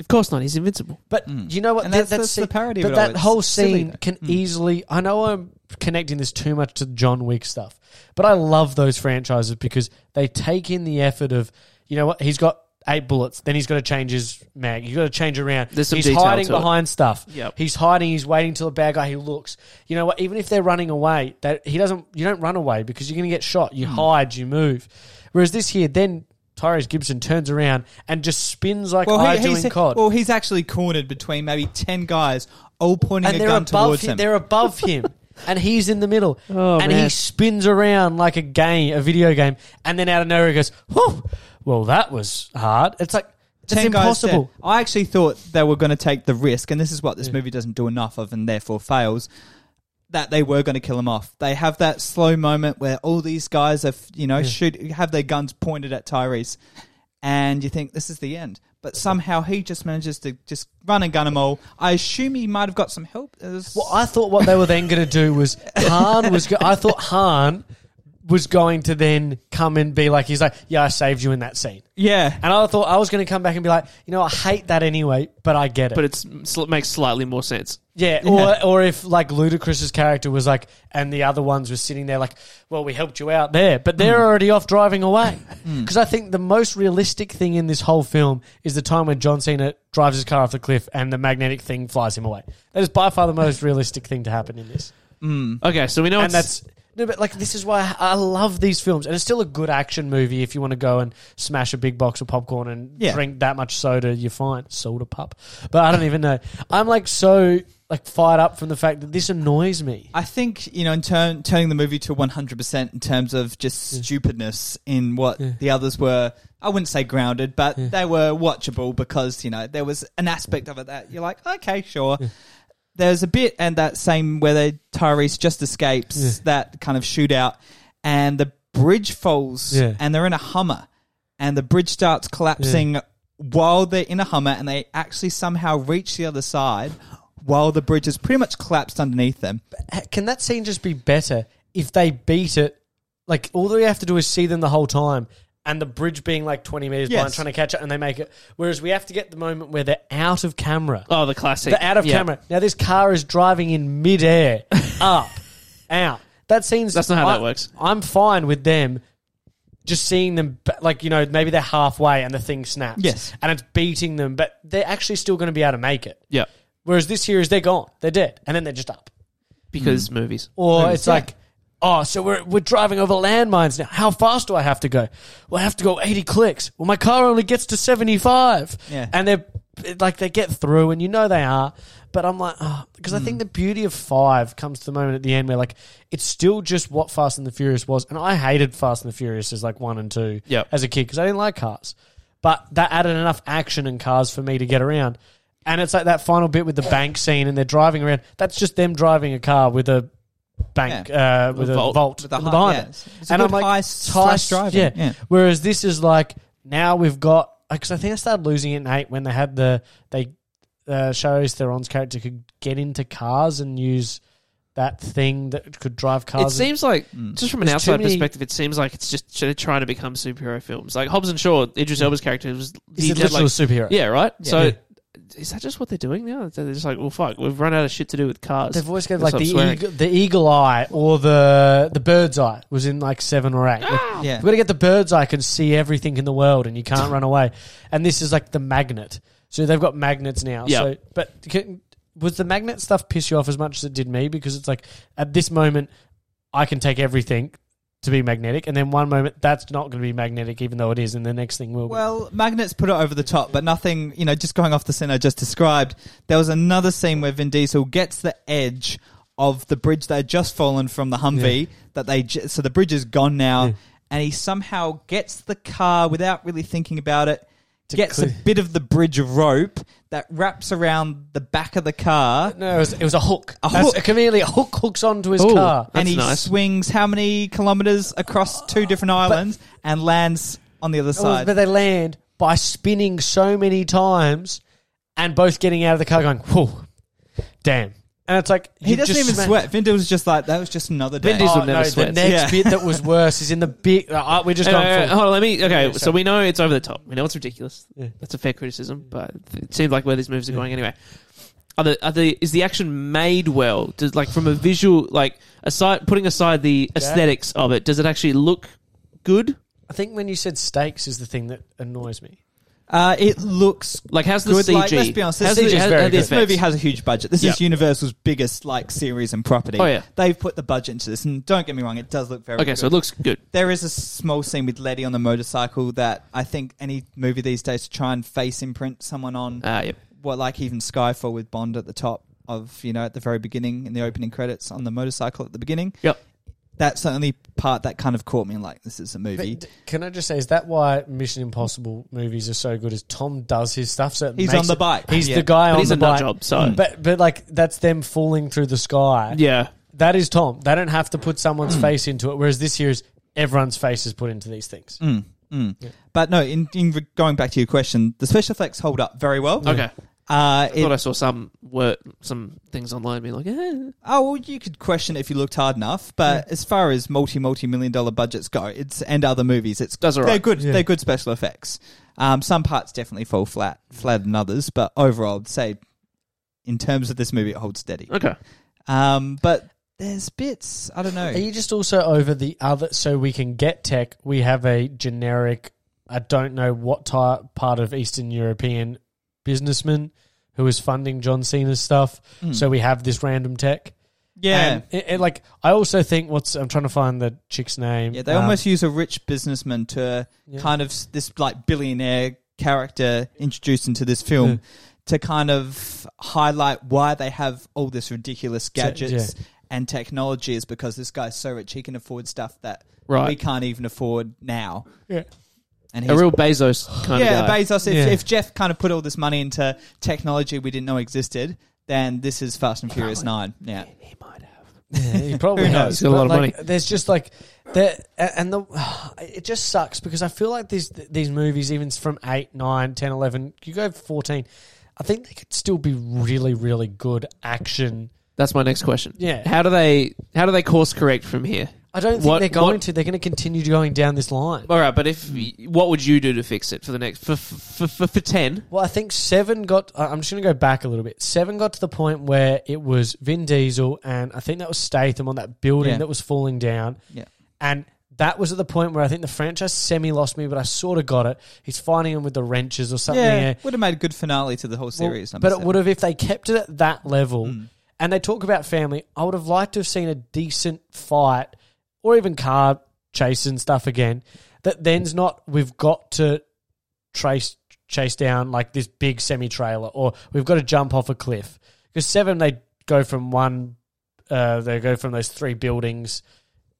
S3: Of course not. He's invincible.
S1: But
S2: Mm.
S1: you know what?
S2: And
S1: That-
S2: that's- that's the
S1: scene-
S2: parody of
S1: But
S2: it all.
S1: that
S2: It's
S1: whole
S2: silly, Mm.
S1: scene
S2: though.
S1: can easily. I know I'm connecting this too much to John Wick stuff, but I love those franchises because they take in the effort of, you know what? He's got eight bullets. Then he's got to change his mag. He's got to change around.
S3: There's some
S1: he's
S3: detail
S1: hiding
S3: to it.
S1: behind stuff.
S3: Yep.
S1: He's hiding. He's waiting till a bad guy. He looks. You know what? Even if they're running away, that he doesn't. You don't run away because you're going to get shot.
S3: Mm.
S1: You hide. You move. Whereas this here, then. Tyrese Gibson turns around and just spins like I do
S2: he's,
S1: in COD.
S2: well, he's actually cornered between maybe ten guys, all pointing
S1: and
S2: a
S1: they're
S2: gun
S1: above
S2: towards
S1: him.
S2: him.
S1: They're above him, and he's in the middle,
S3: Oh,
S1: and he
S3: man.
S1: spins around like a game, a video game, and then out of nowhere he goes, "Whew, well, that was hard." It's like it's
S2: Ten guys
S1: impossible.
S2: there. I actually thought they were going to take the risk, and this is what this movie doesn't do enough of, and therefore fails. That they were going to kill him off. They have that slow moment where all these guys are, you know, shoot have their guns pointed at Tyrese, and you think this is the end. But somehow he just manages to just run and gun them all. I assume he might have got some help. It was-
S1: Well, I thought what they were then going to do was Han was. Go- I thought Han was going to then come and be like, he's like, "Yeah, I saved you in that scene,"
S2: yeah,
S1: and I thought I was going to come back and be like, "You know, I hate that anyway, but I get it."
S3: But it's, it makes slightly more sense.
S1: Yeah,
S2: Yeah.
S1: or or if like Ludacris's character was like, and the other ones were sitting there like, well, we helped you out there, but they're already off driving away. Because I think the most realistic thing in this whole film is the time when John Cena drives his car off the cliff and the magnetic thing flies him away. That is by far the most realistic thing to happen in this, Mm.
S3: Okay, so we know
S1: and
S3: it's,
S1: that's. No, but like this is why I I love these films, and it's still a good action movie if you want to go and smash a big box of popcorn and
S2: Yeah.
S1: drink that much soda, you're fine. Soda pup, but I don't even know. I'm like so like fired up from the fact that this annoys me.
S2: I think you know, in turn, turning the movie to one hundred percent in terms of just stupidness in what the others were. I wouldn't say grounded, but they were watchable because you know there was an aspect of it that you're like, okay, sure. There's a bit and that same where they, Tyrese just escapes
S1: Yeah.
S2: that kind of shootout, and the bridge falls,
S1: Yeah.
S2: and they're in a Hummer, and the bridge starts collapsing while they're in a Hummer, and they actually somehow reach the other side while the bridge is pretty much collapsed underneath them.
S1: Can that scene just be better if they beat it? Like all we have to do is see them the whole time, and the bridge being like 20 meters
S2: Yes.
S1: blind, trying to catch it, and they make it. Whereas we have to get the moment where they're out of camera.
S3: oh the classic.
S1: The out of
S3: Yeah.
S1: camera. Now this car is driving in midair, up, out. That seems
S3: That's not how
S1: I-
S3: that works.
S1: I'm fine with them just seeing them, ba- like you know, maybe they're halfway and the thing snaps.
S2: Yes.
S1: and it's beating them, but they're actually still going to be able to make it.
S3: Yeah,
S1: Whereas this here is they're gone, they're dead, and then they're just up.
S3: because Mm. movies.
S1: Or
S2: Moves,
S1: it's
S2: yeah.
S1: like, oh, so we're we're driving over landmines now. How fast do I have to go? Well, I have to go 80 clicks. Well, my car only gets to 75.
S2: Yeah.
S1: And they're like they get through, and you know they are. But I'm like, because I think the beauty of five comes to the moment at the end where like it's still just what Fast and the Furious was, and I hated Fast and the Furious as like one and two
S3: Yep.
S1: as a kid because I didn't like cars, but that added enough action and cars for me to get around. And it's like that final bit with the bank scene, and they're driving around. That's just them driving a car with a bank uh, with a,
S3: A
S1: vault,
S3: vault.
S2: With a
S1: on
S2: hi-
S1: behind
S2: yeah,
S1: it.
S2: it's- it's a good high slash driving,
S1: Yeah.
S2: yeah.
S1: Whereas this is like now we've got because I think I started losing it in eight when they had the they uh, Charlize Theron's character could get into cars and use that thing that could drive cars.
S3: It seems like, just from an
S1: Mm. There's too
S3: outside
S1: many-
S3: perspective, it seems like it's just they're trying to become superhero films. Like Hobbs and Shaw, Idris Elba's character was
S1: he's
S3: he
S1: a
S3: did,
S1: literal
S3: like-
S1: superhero.
S3: yeah, right.
S1: Yeah.
S3: So is that just what they're doing now? They're just like, well, fuck, we've run out of shit to do with cars.
S1: They've always got
S3: That's
S1: like
S3: what
S1: the
S3: I'm swearing.
S1: eagle, the eagle eye or the the bird's eye was in like seven or
S3: Ah!
S1: eight. Like,
S2: Yeah.
S1: You've got to get the bird's eye can see everything in the world and you can't run away. And this is like the magnet. So they've got magnets now.
S3: Yeah.
S1: So, but can, was the magnet stuff piss you off as much as it did me? Because it's like at this moment I can take everything to be magnetic, and then one moment that's not going to be magnetic, even though it is, and the next thing will. be.
S2: Well, magnets put it over the top, but nothing, you know, just going off the scene I just described, there was another scene where Vin Diesel gets the edge of the bridge that had just fallen from the Humvee that they j- so the bridge is gone now
S1: Yeah.
S2: and he somehow gets the car without really thinking about it. Gets
S1: clear-
S2: a bit of the bridge rope that wraps around the back of the car,
S1: no, it was, it was a hook.
S2: A
S1: That's-
S2: hook.
S1: Conveniently, a hook hooks onto his
S3: Ooh.
S1: car.
S2: and
S3: That's
S2: he
S3: nice.
S2: swings how many kilometers across two different islands and lands on the other
S1: Oh,
S2: side.
S1: But they land by spinning so many times and both getting out of the car going, whoa. damn. And it's like
S2: He
S1: you
S2: doesn't
S1: just
S2: even
S1: sma-
S2: sweat. Vin Diesel's just like that was just another day.
S3: Vin Diesel-
S1: Oh,
S3: never
S1: no, the
S3: sweats.
S1: next
S2: Yeah.
S1: bit that was worse is in the big. Uh, we just
S3: Hey,
S1: gone
S3: hey, hey,
S1: full.
S3: hold on, let me. Okay,
S1: Yeah,
S3: so
S1: sorry.
S3: we know it's over the top. We know it's ridiculous.
S1: Yeah.
S3: That's a fair criticism, but it seems like where these movies are going anyway. Are the, are the is the action made well? Does like from a visual like aside putting aside the aesthetics of it, does it actually look good?
S1: I think when you said stakes is the thing that annoys me.
S2: uh, it looks
S3: Like how's the
S2: good.
S3: CG?
S2: Like, let's be honest, this,
S3: How's
S1: CG is
S3: how- how
S1: very
S3: the
S1: good.
S2: this
S3: effects?
S2: movie has a huge budget. This is
S3: Yeah.
S2: Universal's biggest like series and property.
S3: Oh, yeah.
S2: they've put the budget into this, and don't get me wrong, it does look very
S3: okay,
S2: good.
S3: so it looks good.
S2: There is a small scene with Letty on the motorcycle that I think any movie these days to try and face imprint someone on,
S3: Uh, yep.
S2: what like even Skyfall with Bond at the top of you know at the very beginning in the opening credits on the motorcycle at the beginning.
S3: Yep.
S2: That's the only part that kind of caught me. Like this is a movie.
S1: But d- can I just say, is that why Mission Impossible movies are so good? Is Tom does his stuff, so it
S2: He's
S1: makes
S2: on the
S1: it-
S2: bike.
S1: He's
S2: Yeah.
S1: the guy
S3: But
S1: on
S3: he's
S1: the
S3: a nut
S1: bike.
S3: job, so
S1: But but like that's them falling through the sky.
S3: yeah.
S1: That is Tom. They don't have to put someone's
S2: Mm.
S1: face into it. Whereas this year is everyone's face is put into these things.
S2: Mm, mm. But no, in, in re- going back to your question, the special effects hold up very well.
S3: Okay.
S2: Uh,
S3: I thought
S2: it-
S3: I saw some word, some things online being like, eh.
S2: oh, well, you could question if you looked hard enough, but as far as multi multi million dollar budgets go, it's and other movies, it's
S3: Does all
S2: they're
S3: right.
S2: good.
S1: Yeah.
S2: They're good special effects. Um, some parts definitely fall flat, flat than others, but overall, I'd say in terms of this movie, it holds steady.
S3: Okay.
S2: Um, but there's bits I don't know.
S1: Are you just also over the other? So we can get tech. We have a generic. I don't know what type, part of Eastern European businessman who is funding John Cena's stuff.
S3: Hmm.
S2: Mm.
S1: So we have this random tech.
S2: yeah,
S1: And it, it, like I also think what's I'm trying to find the chick's name.
S2: yeah. They
S1: Um,
S2: almost use a rich businessman to
S1: yeah.
S2: kind of s- this like billionaire character introduced into this film
S1: Yeah.
S2: to kind of highlight why they have all this ridiculous
S1: yeah.
S2: gadgets and technology is because this guy's so rich he can afford stuff that we
S3: Right.
S2: can't even afford now.
S1: Yeah.
S2: And
S3: A real Bezos kind
S2: yeah,
S3: of guy.
S2: Bezos. If,
S1: Yeah.
S2: if Jeff kind of put all this money into technology we didn't know existed, then this is Fast and Furious Nine. Yeah,
S3: he might have.
S1: Yeah, he probably
S2: Who
S1: has.
S2: knows?
S3: He's got a
S1: But,
S3: lot of
S1: like, There's just like that, and the it just sucks because I feel like these these movies, even from 8, 9, 10, 11, you go fourteen. I think they could still be really, really good action.
S3: That's my next question.
S1: Yeah.
S3: How do they how do they course correct from here?
S1: I don't think
S3: What-
S1: they're going
S3: what-
S1: to. They're going to continue going down this line.
S3: All right, but if what would you do to fix it for the next for for for, for ten?
S1: Well, I think seven got. I- I'm just going to go back a little bit. Seven got to the point where it was Vin Diesel, and I think that was Statham on that building
S2: Yeah.
S1: that was falling down.
S2: Yeah.
S1: And that was at the point where I think the franchise semi lost me, but I sort of got it. He's fighting him with the wrenches or something.
S2: yeah,
S1: yeah.
S2: would have made a good finale to the whole
S1: Well,
S2: series. number
S1: but it
S2: seven.
S1: would have if they kept it at that level.
S2: Mm.
S1: And they talk about family. I would have liked to have seen a decent fight or even car chase and stuff again. That then's not we've got to trace chase down like this big semi trailer or we've got to jump off a cliff. Because seven they go from one uh, they go from those three buildings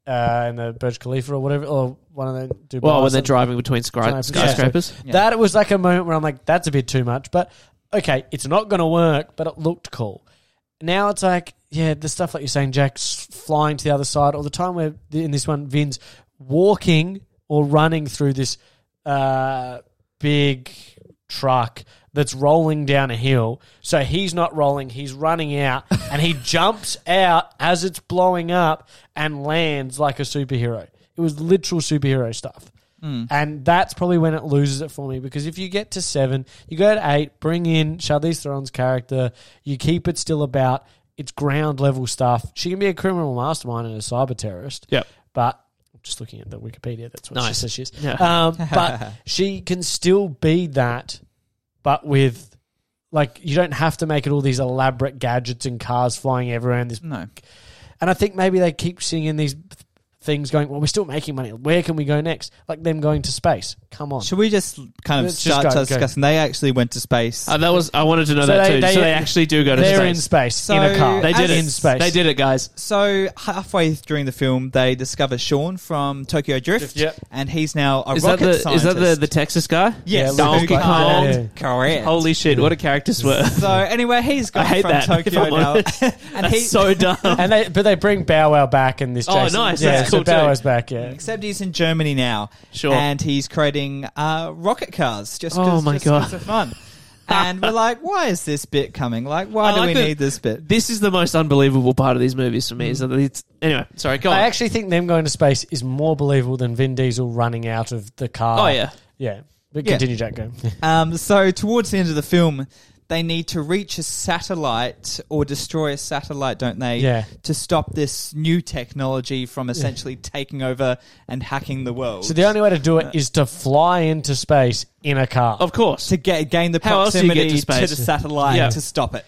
S1: uh, in the Burj Khalifa or whatever or one of them do
S3: Well, when they're driving between
S1: Yeah.
S3: skyscra- skyscrapers,
S2: Yeah.
S1: that was like a moment where I'm like, that's a bit too much. But okay, it's not going to work, but it looked cool. Now it's like, yeah, the stuff like you're saying, Jack's flying to the other side, or the time where in this one, Vin's walking or running through this uh, big truck that's rolling down a hill. So he's not rolling, he's running out, and he jumps out as it's blowing up and lands like a superhero. It was literal superhero stuff. And that's probably when it loses it for me because if you get to seven, you go to eight, bring in Charlize Theron's character, you keep it still about it's ground level stuff. She can be a criminal mastermind and a cyber terrorist.
S3: Yep.
S1: But just looking at the Wikipedia, that's what she
S3: Nice.
S1: says she is.
S3: Yeah.
S1: Um, but she can still be that, but with like you don't have to make it all these elaborate gadgets and cars flying everywhere and this
S2: no.
S1: and I think maybe they keep seeing in these things going, well, we're still making money. Where can we go next? Like them going to space. Come on.
S2: Should we just kind of
S1: Let's just
S2: start
S1: go- go.
S2: discussing? They actually went to space.
S3: uh, that was I wanted to know
S1: So
S3: that
S1: they-
S3: too.
S1: they-
S3: so they actually do go to
S1: They're in
S3: space.
S1: space, in a
S2: So-
S1: car.
S2: They
S3: did it.
S1: in space.
S3: they did it, guys.
S2: so halfway during the film, they discover Sean from Tokyo Drift,
S1: Yep.
S2: and he's now a
S3: Is that
S2: rocket
S3: the
S2: scientist.
S3: is that the, the Texas guy?
S2: yes,
S1: Yeah,
S2: Donkey
S3: Donkey
S2: Kong?
S1: Kong.
S2: Correct.
S3: Holy shit! What a character swerve.
S2: so anyway, he's
S3: I
S2: gone
S3: hate
S2: from
S3: that,
S2: Tokyo
S3: if I'm
S2: now,
S3: honest.
S2: and
S3: That's
S2: he,
S3: so dumb.
S1: And they, but they bring Bow Wow back in this.
S3: Oh,
S1: Jason.
S3: nice.
S1: Yeah,
S3: That's
S1: so
S3: cool
S1: Bow
S3: too.
S1: Wow's back. Yeah.
S2: except he's in Germany now,
S3: Sure.
S2: and he's creating uh, rocket cars just
S3: Oh
S2: because
S3: my
S2: just 'cause
S3: God.
S2: of fun. and we're like, why is this bit coming? Like, why
S3: I
S2: do
S3: like
S2: we
S3: that-
S2: need this bit?
S3: This is the most unbelievable part of these movies for me. Is that it's anyway? Sorry, go on.
S1: I actually think them going to space is more believable than Vin Diesel running out of the car.
S3: oh yeah,
S1: yeah. But
S2: Yeah.
S1: continue, Jack. Go.
S2: Um, so towards the end of the film, they need to reach a satellite or destroy a satellite, don't they?
S1: Yeah.
S2: To stop this new technology from essentially taking over and hacking the world.
S1: So the only way to do
S3: Uh,
S1: it is to fly into space in a car.
S3: of course.
S2: to get gain the
S3: How else do you get to
S2: proximity to,
S3: space?
S2: the satellite
S3: Yeah.
S2: to stop it.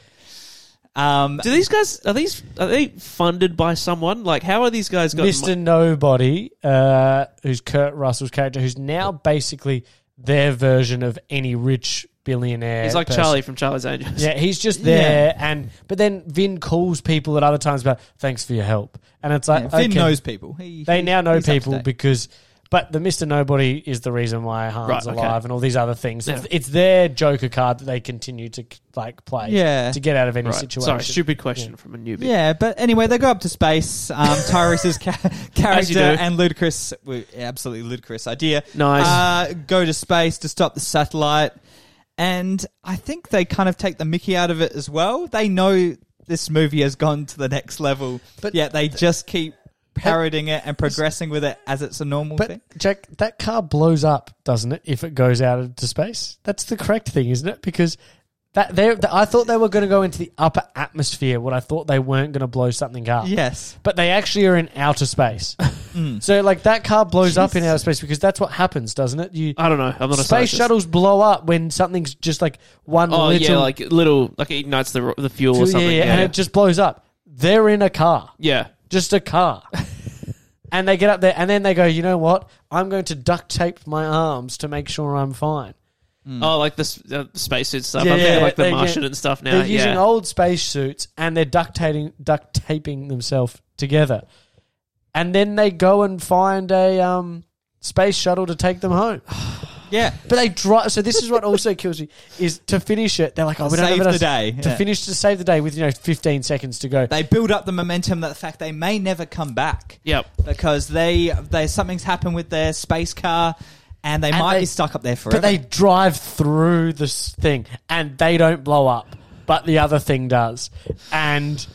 S2: Um,
S3: Do these guys are these are they funded by someone? Like, how are these guys got?
S1: Mr. Nobody, uh, who's Kurt Russell's character, who's now basically their version of any rich billionaire.
S3: He's like
S1: person.
S3: Charlie from Charlie's Angels.
S1: Yeah, he's just there, and but then Vin calls people at other times about thanks for your help, and it's like
S2: yeah, Finn
S1: okay,
S2: knows people. He,
S1: they
S2: he-
S1: now know
S2: he's up to
S1: people
S2: date.
S1: because. But the Mister Nobody is the reason why Han's
S3: Right, okay.
S1: alive and all these other things.
S3: Yeah.
S1: It's, it's their Joker card that they continue to like play
S2: Yeah.
S1: to get out of any
S3: Right.
S1: situation.
S3: Sorry, stupid question from a newbie.
S2: Yeah, but anyway, they go up to space. Um, Tyrese's ca-
S3: As you
S2: character
S3: do.
S2: and ludicrous, well, absolutely ludicrous idea.
S3: Nice.
S2: Uh, go to space to stop the satellite, and I think they kind of take the Mickey out of it as well. They know this movie has gone to the next level,
S1: But-
S2: but yet they just keep parroting it and progressing with it as it's a normal
S1: But
S2: thing.
S1: Jack, that car blows up, doesn't it? If it goes out into space, that's the correct thing, isn't it? Because that they, I thought they were going to go into the upper atmosphere. What I thought they weren't going to blow something up.
S2: Yes.
S1: But they actually are in outer space.
S3: Hmm.
S1: So, like, that car blows up in outer space because that's what happens, doesn't it? You
S3: I don't know. I'm not a
S1: Space
S3: scientist.
S1: shuttles blow up when something's just like one
S3: Oh
S1: little.
S3: yeah, like little like it ignites the the fuel
S1: yeah,
S3: or something.
S1: yeah,
S3: Yeah,
S1: and it just blows up. They're in a car
S3: yeah.
S1: just a car. and they get up there and then they go, you know what? I'm going to duct tape my arms to make sure I'm fine.
S3: Oh, like the s- uh, spacesuit stuff.
S1: Mm. Yeah,
S3: I'm thinking
S1: yeah,
S3: like the
S1: they're-
S3: Martian and stuff now.
S1: they're using
S3: yeah.
S1: old spacesuits and they're duct taping, duct taping themselves together. And then they go and find a um, space shuttle to take them home.
S2: Oh, Yeah.
S1: But they drive. So this is what also kills me is to finish it. They're like, oh, we don't
S2: Save
S1: have
S2: the
S1: enough-
S2: day.
S1: to
S2: Yeah.
S1: finish to save the day with you know 15 seconds to go.
S2: They build up the momentum that the fact they may never come back.
S3: Yep.
S2: because they they something's happened with their space car, and they
S1: And
S2: might
S1: they-
S2: be stuck up there forever.
S1: But they drive through this thing and they don't blow up, but the other thing does. And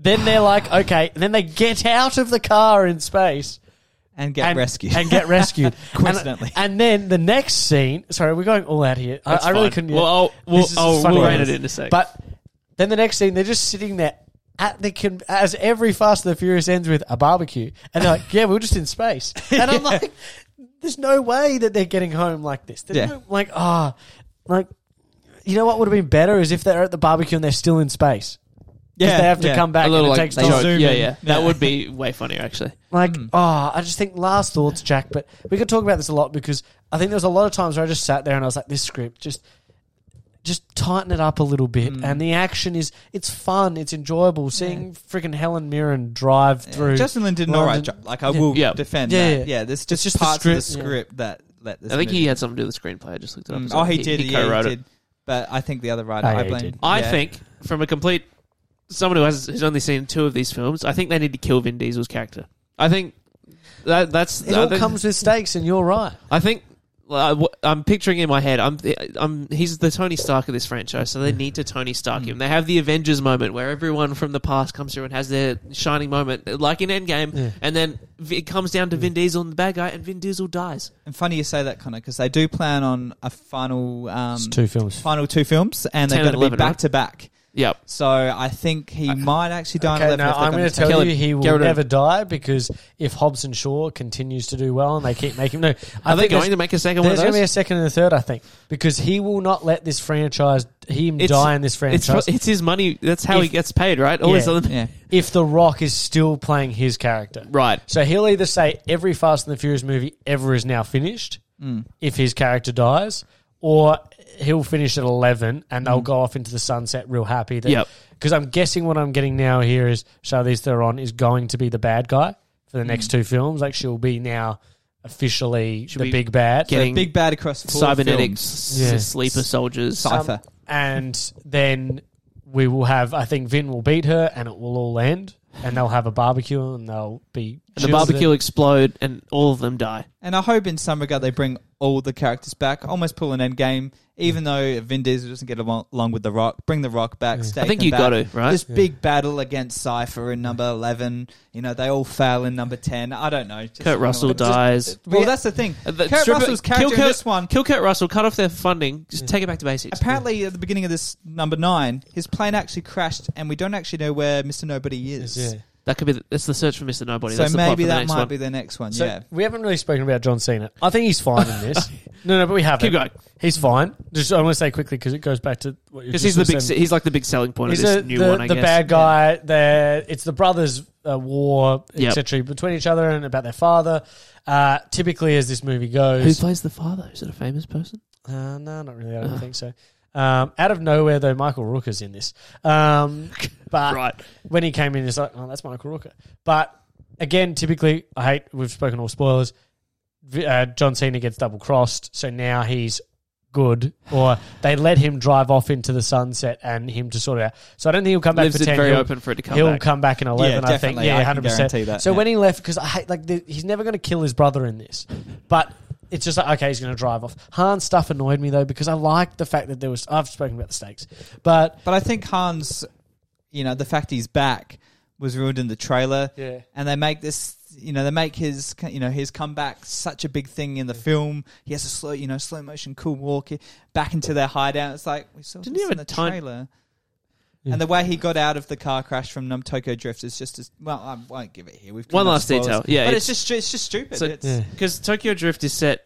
S1: then they're like, okay. And then they get out of the car in space
S2: and get
S1: and
S2: rescued.
S1: and get rescued. And-
S2: Coincidentally.
S1: and, then the next scene. Sorry, we're going all out here. I,
S3: That's
S1: I really
S3: fine.
S1: couldn't.
S3: Well, oh, I'll- we'll-
S1: This is
S3: I'll-
S1: fucking
S3: we'll rate
S1: hilarious.
S3: it in a sec.
S1: But then the next scene, they're just sitting there. At the con- as every Fast and the Furious ends with a barbecue, and they're like, "Yeah, we we're just in space," and I'm like, "There's no way that they're getting home like this." There's
S2: Yeah.
S1: no- like, ah, like, you know what would have been better is if they're at the barbecue and they're still in space. 'Cause they have to come back.
S3: A
S1: and
S3: little
S1: it
S3: like
S1: takes
S3: they
S1: time.
S3: joke.
S2: zoom
S3: Yeah,
S2: in.
S3: yeah. That would be way funnier actually.
S1: Like, ah, I just think last thoughts, Jack, but we could talk about this a lot because I think there was a lot of times where I just sat there and I was like, this script, just just tighten it up a little bit.
S3: Hmm.
S1: And the action is, it's fun, it's enjoyable. Seeing freaking Helen Mirren drive through.
S2: Justin Lin did an alright
S1: London-
S2: job. Like I will
S3: Yeah.
S2: defend
S1: Yeah,
S2: that.
S1: yeah.
S2: Yeah, there's
S1: It's
S2: just,
S1: just the
S2: parts of the
S1: script, yeah.
S2: script that let this.
S3: I think
S2: movie-
S3: he had something to do with the screenplay. I just looked it up.
S2: Mm,
S3: as
S2: Oh,
S3: well.
S2: he did.
S3: He
S2: yeah,
S3: co-wrote
S2: he
S3: it.
S2: did. But I think the other writer,
S1: I
S2: I,
S1: hate
S2: blame.
S1: it.
S3: I
S2: yeah.
S3: think from a complete someone who has who's only seen two of these films, I think they need to kill Vin Diesel's character. I think that that's
S1: It
S3: I
S1: all
S3: think-
S1: comes with stakes, and you're right.
S3: I think like, what I'm picturing in my head. I'm I'm he's the Tony Stark of this franchise, so they need to Tony Stark him. They have the Avengers moment where everyone from the past comes through and has their shining moment, like in Endgame, and then it comes down to Vin Diesel and the bad guy, and Vin Diesel dies.
S2: And funny you say that, Connor, because they do plan on a final, um,
S1: It's two films.
S2: final two films, and they're
S3: 10 and
S2: going to be
S3: 11, right?
S2: back to back.
S3: Yep.
S2: So I think he might actually die on
S1: Okay,
S2: eleven.
S1: now
S2: if they're
S1: I'm going
S2: gonna
S1: to tell
S3: Kill
S1: you
S3: him.
S1: he will
S3: Get rid of
S1: never
S3: him.
S1: die because if Hobbs and Shaw continues to do well and they keep making no, I
S3: Are they
S1: think
S3: going
S1: there's-
S3: to make a second one of
S1: There's going to be a
S3: those?
S1: second and a third, I think, because he will not let this franchise him
S3: It's-
S1: die in this
S3: It's,
S1: franchise.
S3: it's his money. That's how he
S1: If-
S3: gets paid, right? All
S1: Yeah.
S3: his other,
S2: Yeah.
S1: if The Rock is still playing his character,
S3: Right.
S1: So he'll either say every Fast and the Furious movie ever is now finished
S2: Mm.
S1: if his character dies, or he'll finish at eleven and they'll go off into the sunset real happy. That,
S3: Mm. Yep.
S1: Because I'm guessing what I'm getting now here is Charlize Theron is going to be the bad guy for the next two films. Like she'll be now officially
S3: Mm. She'll
S1: the
S3: be
S1: big bad.
S2: So
S3: getting
S2: big bad across four
S3: Cybernetics,
S2: films.
S1: Yeah.
S3: s- sleeper soldiers.
S2: Cy- Arthur.
S1: and then we will have. I think Vin will beat her, and it will all end. And they'll have a barbecue, and they'll be
S3: and the barbecue explode, and all of them die.
S2: And I hope in some regard they bring all the characters back, almost pull an end game, even though Vin Diesel doesn't get along along with The Rock. Bring The Rock back.
S1: Yeah.
S2: Statham
S3: I think you
S2: back.
S3: got to right.
S2: This
S1: Yeah.
S2: big battle against Cypher in number 11. You know, they all fail in number 10. I don't know. Just-
S3: Kurt Russell
S2: But just-
S3: dies.
S2: Well,
S1: Yeah.
S2: that's the thing.
S3: Uh, the
S2: Kurt
S3: stripper-
S2: Russell's character
S3: kill
S2: in
S3: Kurt,
S2: this one.
S3: Kill Kurt Russell. Cut off their funding. Just take it back to basics.
S2: Apparently, at the beginning of this number nine, his plane actually crashed, and we don't actually know where Mr. Nobody is.
S1: Yeah.
S3: That could be. The, it's the search for Mister Nobody.
S2: So
S3: That's the plot
S2: maybe
S3: for the
S2: that
S3: next
S2: might
S3: one.
S2: be the next one.
S1: So
S2: yeah.
S1: we haven't really spoken about John Cena. I think he's fine in this. no, no, but we haven't.
S3: Keep going
S1: He's fine. Just I want to say quickly because it goes back to what you
S3: because he's the
S1: just
S3: big.
S1: said.
S3: He's like the big selling point
S1: He's
S3: of this
S1: the,
S3: new
S1: the,
S3: one. I
S1: the
S3: guess.
S1: bad guy. They're- It's the brothers' uh, war,
S3: Yep.
S1: etc., between each other and about their father. Uh, typically, as this movie
S3: Who
S1: goes,
S3: plays the father? Is it a famous person?
S1: uh, no, not really. I don't
S3: Ah.
S1: think so. Um, out of nowhere, though, Michael Rooker's in this. Um, but
S3: right.
S1: when he came in, it's like, oh, that's Michael Rooker. But again, typically, I hate, we've spoken all spoilers. V- Uh, John Cena gets double crossed, so now he's good. Or they let him drive off into the sunset and him to sort it out. So I don't think he'll come back
S3: Leaves
S1: for
S3: it
S1: 10
S3: very
S1: he'll,
S3: open for it to come
S1: he'll
S3: back.
S1: come back in 11, I think.
S2: definitely.
S1: Yeah,
S2: I can
S1: 100%.
S2: guarantee
S3: Uh,
S2: that,
S1: so
S2: yeah.
S1: when he left, because I hate, like, the, he's never going to kill his brother in this. But it's just like, okay, he's going to drive off. Han's stuff annoyed me, though, because I liked the fact that there was, I've spoken about the stakes, but.
S2: But I think Hans, you know, the fact he's back was ruined in the trailer,
S1: Yeah.
S2: and they make this, you know, they make his, you know, his comeback such a big thing in the film. He has a slow, you know, slow motion, cool walk i- back into their hideout. It's like we saw
S3: Didn't
S2: this
S3: he have
S2: in
S3: a
S2: the
S3: time-
S2: trailer.
S1: Yeah.
S2: And the way he got out of the car crash from Numtoko Drift is just as well. I won't give it here. We've
S3: One
S2: given
S3: last
S2: spoilers.
S3: detail. Yeah,
S2: but it's, just it's just stupid.
S3: So-
S2: it's,
S1: Yeah.
S3: Because Tokyo Drift is set.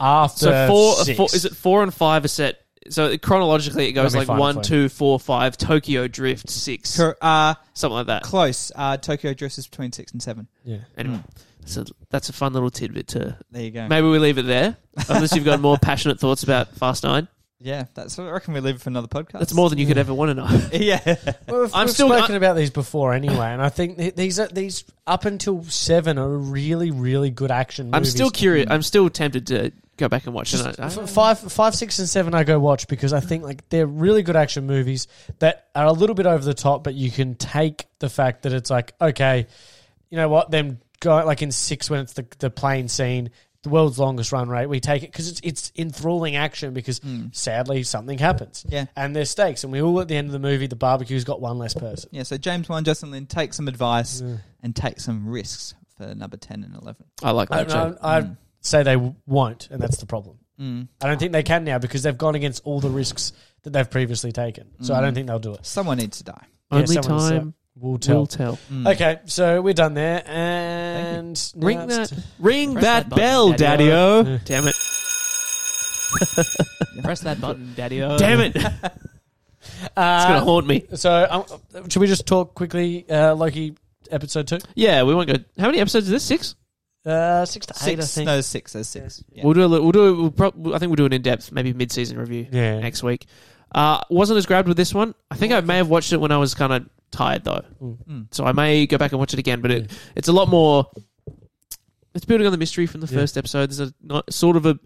S1: After
S3: So four, uh,
S1: six.
S3: four, is it four and five are set? So chronologically, it goes
S1: Let me
S3: like
S1: find it
S3: one,
S1: for
S3: two, four, five. Tokyo Drift six,
S2: Cor- uh,
S3: something like that.
S2: close. Uh, Tokyo Drift is between six and seven.
S1: Yeah.
S3: Anyway,
S1: Hmm.
S3: so that's a fun little tidbit to.
S2: There you go.
S3: Maybe we leave it there, unless you've got more passionate thoughts about Fast Nine.
S2: Yeah, that's. I reckon we leave it for another podcast.
S3: That's more than you could ever want to know.
S2: yeah.
S1: Well, we've,
S3: I'm
S1: we've
S3: still-
S1: spoken about these before anyway, and I think th- these are these up until seven are really really good action.
S3: I'm
S1: movies.
S3: still curious. I'm still tempted to go back and watch
S1: Just
S3: it. I-
S1: f- five, five, six, and seven. I go watch because I think like they're really good action movies that are a little bit over the top, but you can take the fact that it's like okay, you know what? Them go like in six when it's the the plane scene, the world's longest run rate. We take it because it's it's enthralling action because
S3: Hmm.
S1: sadly something happens.
S2: Yeah.
S1: and there's stakes, and we all at the end of the movie, the barbecue's got one less person.
S2: Yeah, so James Wan, Justin Lin, take some advice
S1: Yeah.
S2: and take some risks for number 10 and Hmm. 11.
S3: I like
S1: I,
S3: that. show.
S1: I, I'd say they w- won't, and that's the problem.
S2: Mm.
S1: I don't think they can now because they've gone against all the risks that they've previously taken. So I don't think they'll do it.
S2: Someone needs to die.
S1: Yeah,
S3: Only
S1: someone said-
S3: time
S1: We'll
S3: will
S1: tell. Hmm.
S3: tell.
S2: Mm.
S1: Okay, so we're done there, and now
S3: Ring
S1: it's
S3: that,
S1: t-
S3: ring
S4: Press
S3: that,
S4: that button,
S3: bell,
S4: Daddy-o.
S3: Daddy-o. Damn it!
S4: Press that button, Daddy. Oh,
S3: Damn it! It's gonna
S1: Uh,
S3: haunt me.
S1: so um, should we just talk quickly? Uh, Loki episode two,
S3: Yeah, we won't go. How many episodes is this? Six.
S1: uh, six to eight, I
S2: Six,
S1: think.
S2: no, six, there's six. Yeah.
S3: We'll do. A, li- we'll do. A, we'll prob- I think we'll do an in-depth, maybe mid-season review
S1: Yeah,
S3: next week. Uh, wasn't as grabbed with this one. I think I may have watched it when I was kind of tired though,
S2: Mm.
S3: so I may go back and watch it again. But it, it's a lot more. It's building on the mystery from the
S1: Yeah.
S3: first episode. There's a not, sort of a.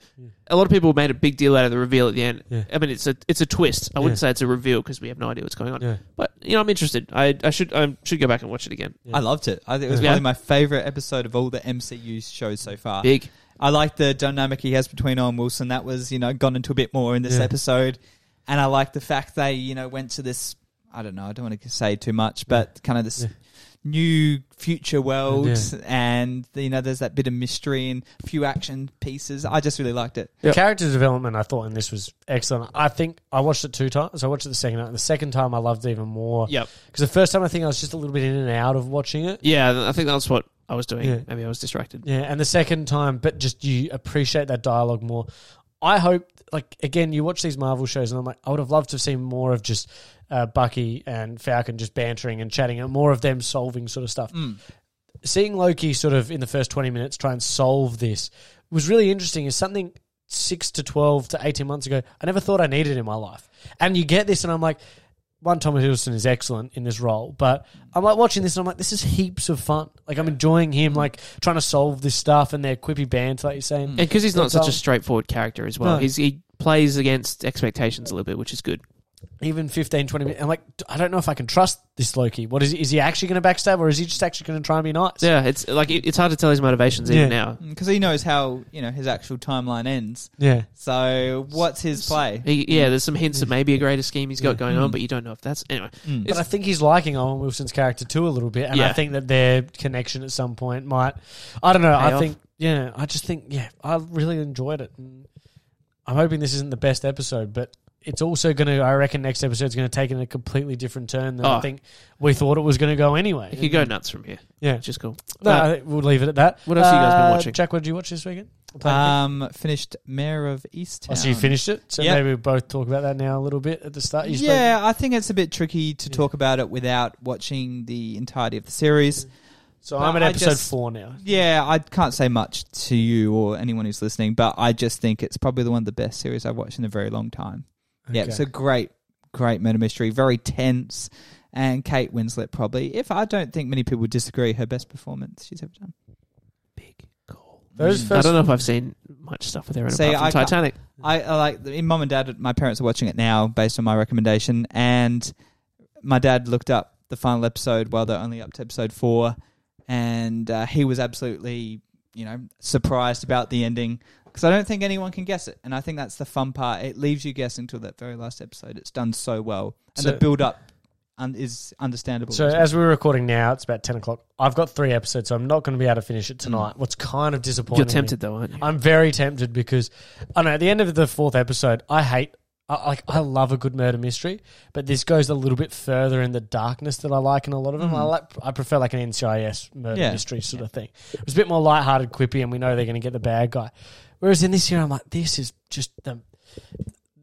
S3: A lot of people made a big deal out of the reveal at the end.
S1: Yeah.
S3: I mean, it's a it's a twist. I wouldn't
S1: Yeah.
S3: say it's a reveal because we have no idea what's going on.
S1: yeah.
S3: But you know, I'm interested. I I should I should go back and watch it again.
S1: Yeah.
S2: I loved it. I think it was
S3: Yeah.
S2: probably my favorite episode of all the MCU shows so far.
S3: Big.
S2: I like the dynamic he has between Owen Wilson. That was, you know, gone into a bit more in this
S1: Yeah.
S2: episode. And I like the fact they, you know, went to this, I don't know, I don't want to say too much, but kind of this
S1: Yeah.
S2: new future world.
S1: Yeah.
S2: And, you know, there's that bit of mystery and a few action pieces. I just really liked it.
S3: Yep.
S1: Character development, I thought, in this was excellent. I think I watched it two times. I watched it the second time. The second time, I loved it even more.
S3: Yep.
S1: Because the first time, I think I was just a little bit in and out of watching it.
S3: Yeah, I think that's what I was doing.
S1: Yeah.
S3: Maybe I was distracted.
S1: Yeah, and the second time, but just you appreciate that dialogue more. I hope, like, again, you watch these Marvel shows, and I'm like, I would have loved to have seen more of just uh, Bucky and Falcon just bantering and chatting, and more of them solving sort of stuff.
S2: Mm.
S1: Seeing Loki sort of in the first 20 minutes try and solve this was really interesting. Is something six to 12 to 18 months ago, I never thought I needed in my life. And you get this, and I'm like, one, Tom Hiddleston is excellent in this role, but I'm like watching this and I'm like, this is heaps of fun. Like I'm enjoying him, like trying to solve this stuff and their quippy banter, like you're saying.
S3: Mm. And because he's not
S1: That's
S3: such a
S1: all.
S3: straightforward character as well,
S1: No.
S3: he's, he plays against expectations a little bit, which is good.
S1: even 15, 20 minutes. I'm like, "D- I don't know if I can trust this Loki. What is he, is he actually going to backstab or is he just actually going to try and be nice?
S3: Yeah, it's like it, it's hard to tell his motivations even
S1: Yeah.
S3: now.
S2: because Mm, he knows how you know his actual timeline ends.
S1: Yeah.
S2: So what's his play?
S3: He, yeah, there's some hints that maybe a greater scheme he's got going
S2: Mm.
S3: on, but you don't know if that's anyway.
S2: Mm.
S1: But I think he's liking Owen Wilson's character too a little bit, and I
S3: Yeah.
S1: think that their connection at some point might. I don't know. I
S3: Pay off.
S1: think yeah. I just think yeah. I really enjoyed it. And I'm hoping this isn't the best episode, but it's also going to. I reckon next episode's going to take in a completely different turn than I
S3: Oh.
S1: think we thought it was going to go anyway.
S3: He could go nuts from here,
S1: Yeah.
S3: which is cool.
S1: No,
S3: Uh,
S1: I think we'll leave it at that.
S3: what else have you guys been
S1: Uh,
S3: watching?
S1: Jack? What did you watch this weekend?
S2: Um, finished Mayor of Easttown.
S1: I see you finished it, Oh, so
S2: Yeah.
S1: maybe we'll both talk about that now a little bit at the start. You spoke-
S2: Yeah, I think it's a bit tricky to
S1: Yeah.
S2: talk about it without watching the entirety of the series.
S1: So
S2: Well,
S1: I'm at
S2: I
S1: episode
S2: just-
S1: four now.
S2: Yeah, I can't say much to you or anyone who's listening, but I just think it's probably the one of the best series I've watched in a very long time. Yeah,
S1: Okay.
S2: it's a great, great murder mystery, very tense, and Kate Winslet probably, if I don't think many people would disagree, her best performance she's ever done.
S3: Big call.
S1: Those
S2: Mm.
S1: first
S3: I don't know if I've seen much stuff with her in
S2: See,
S3: apart from
S2: I can't-
S3: Titanic.
S2: I, I like in mum and dad. My parents are watching it now based on my recommendation, and my dad looked up the final episode while they're only up to episode four, and uh, he was absolutely you know surprised about the ending because I don't think anyone can guess it, and I think that's the fun part. It leaves you guessing till that very last episode. It's done so well, and
S1: So-
S2: the build up un- is understandable.
S1: So
S2: as well.
S1: as we're recording now, it's about ten o'clock. I've got three episodes, so I'm not going to be able to finish it tonight. What's kind of disappointing?
S3: Mm. You're tempted though, aren't you?
S1: I'm very tempted because I don't know at the end of the fourth episode, I hate. I, like I love a good murder mystery, but this goes a little bit further in the darkness that I like in a lot of them.
S2: Mm.
S1: I like. I prefer like an NCIS murder
S2: Yeah.
S1: mystery sort of thing. It's a bit more lighthearted, quippy, and we know they're going to get the bad guy. Whereas in this year, I'm like, this is just the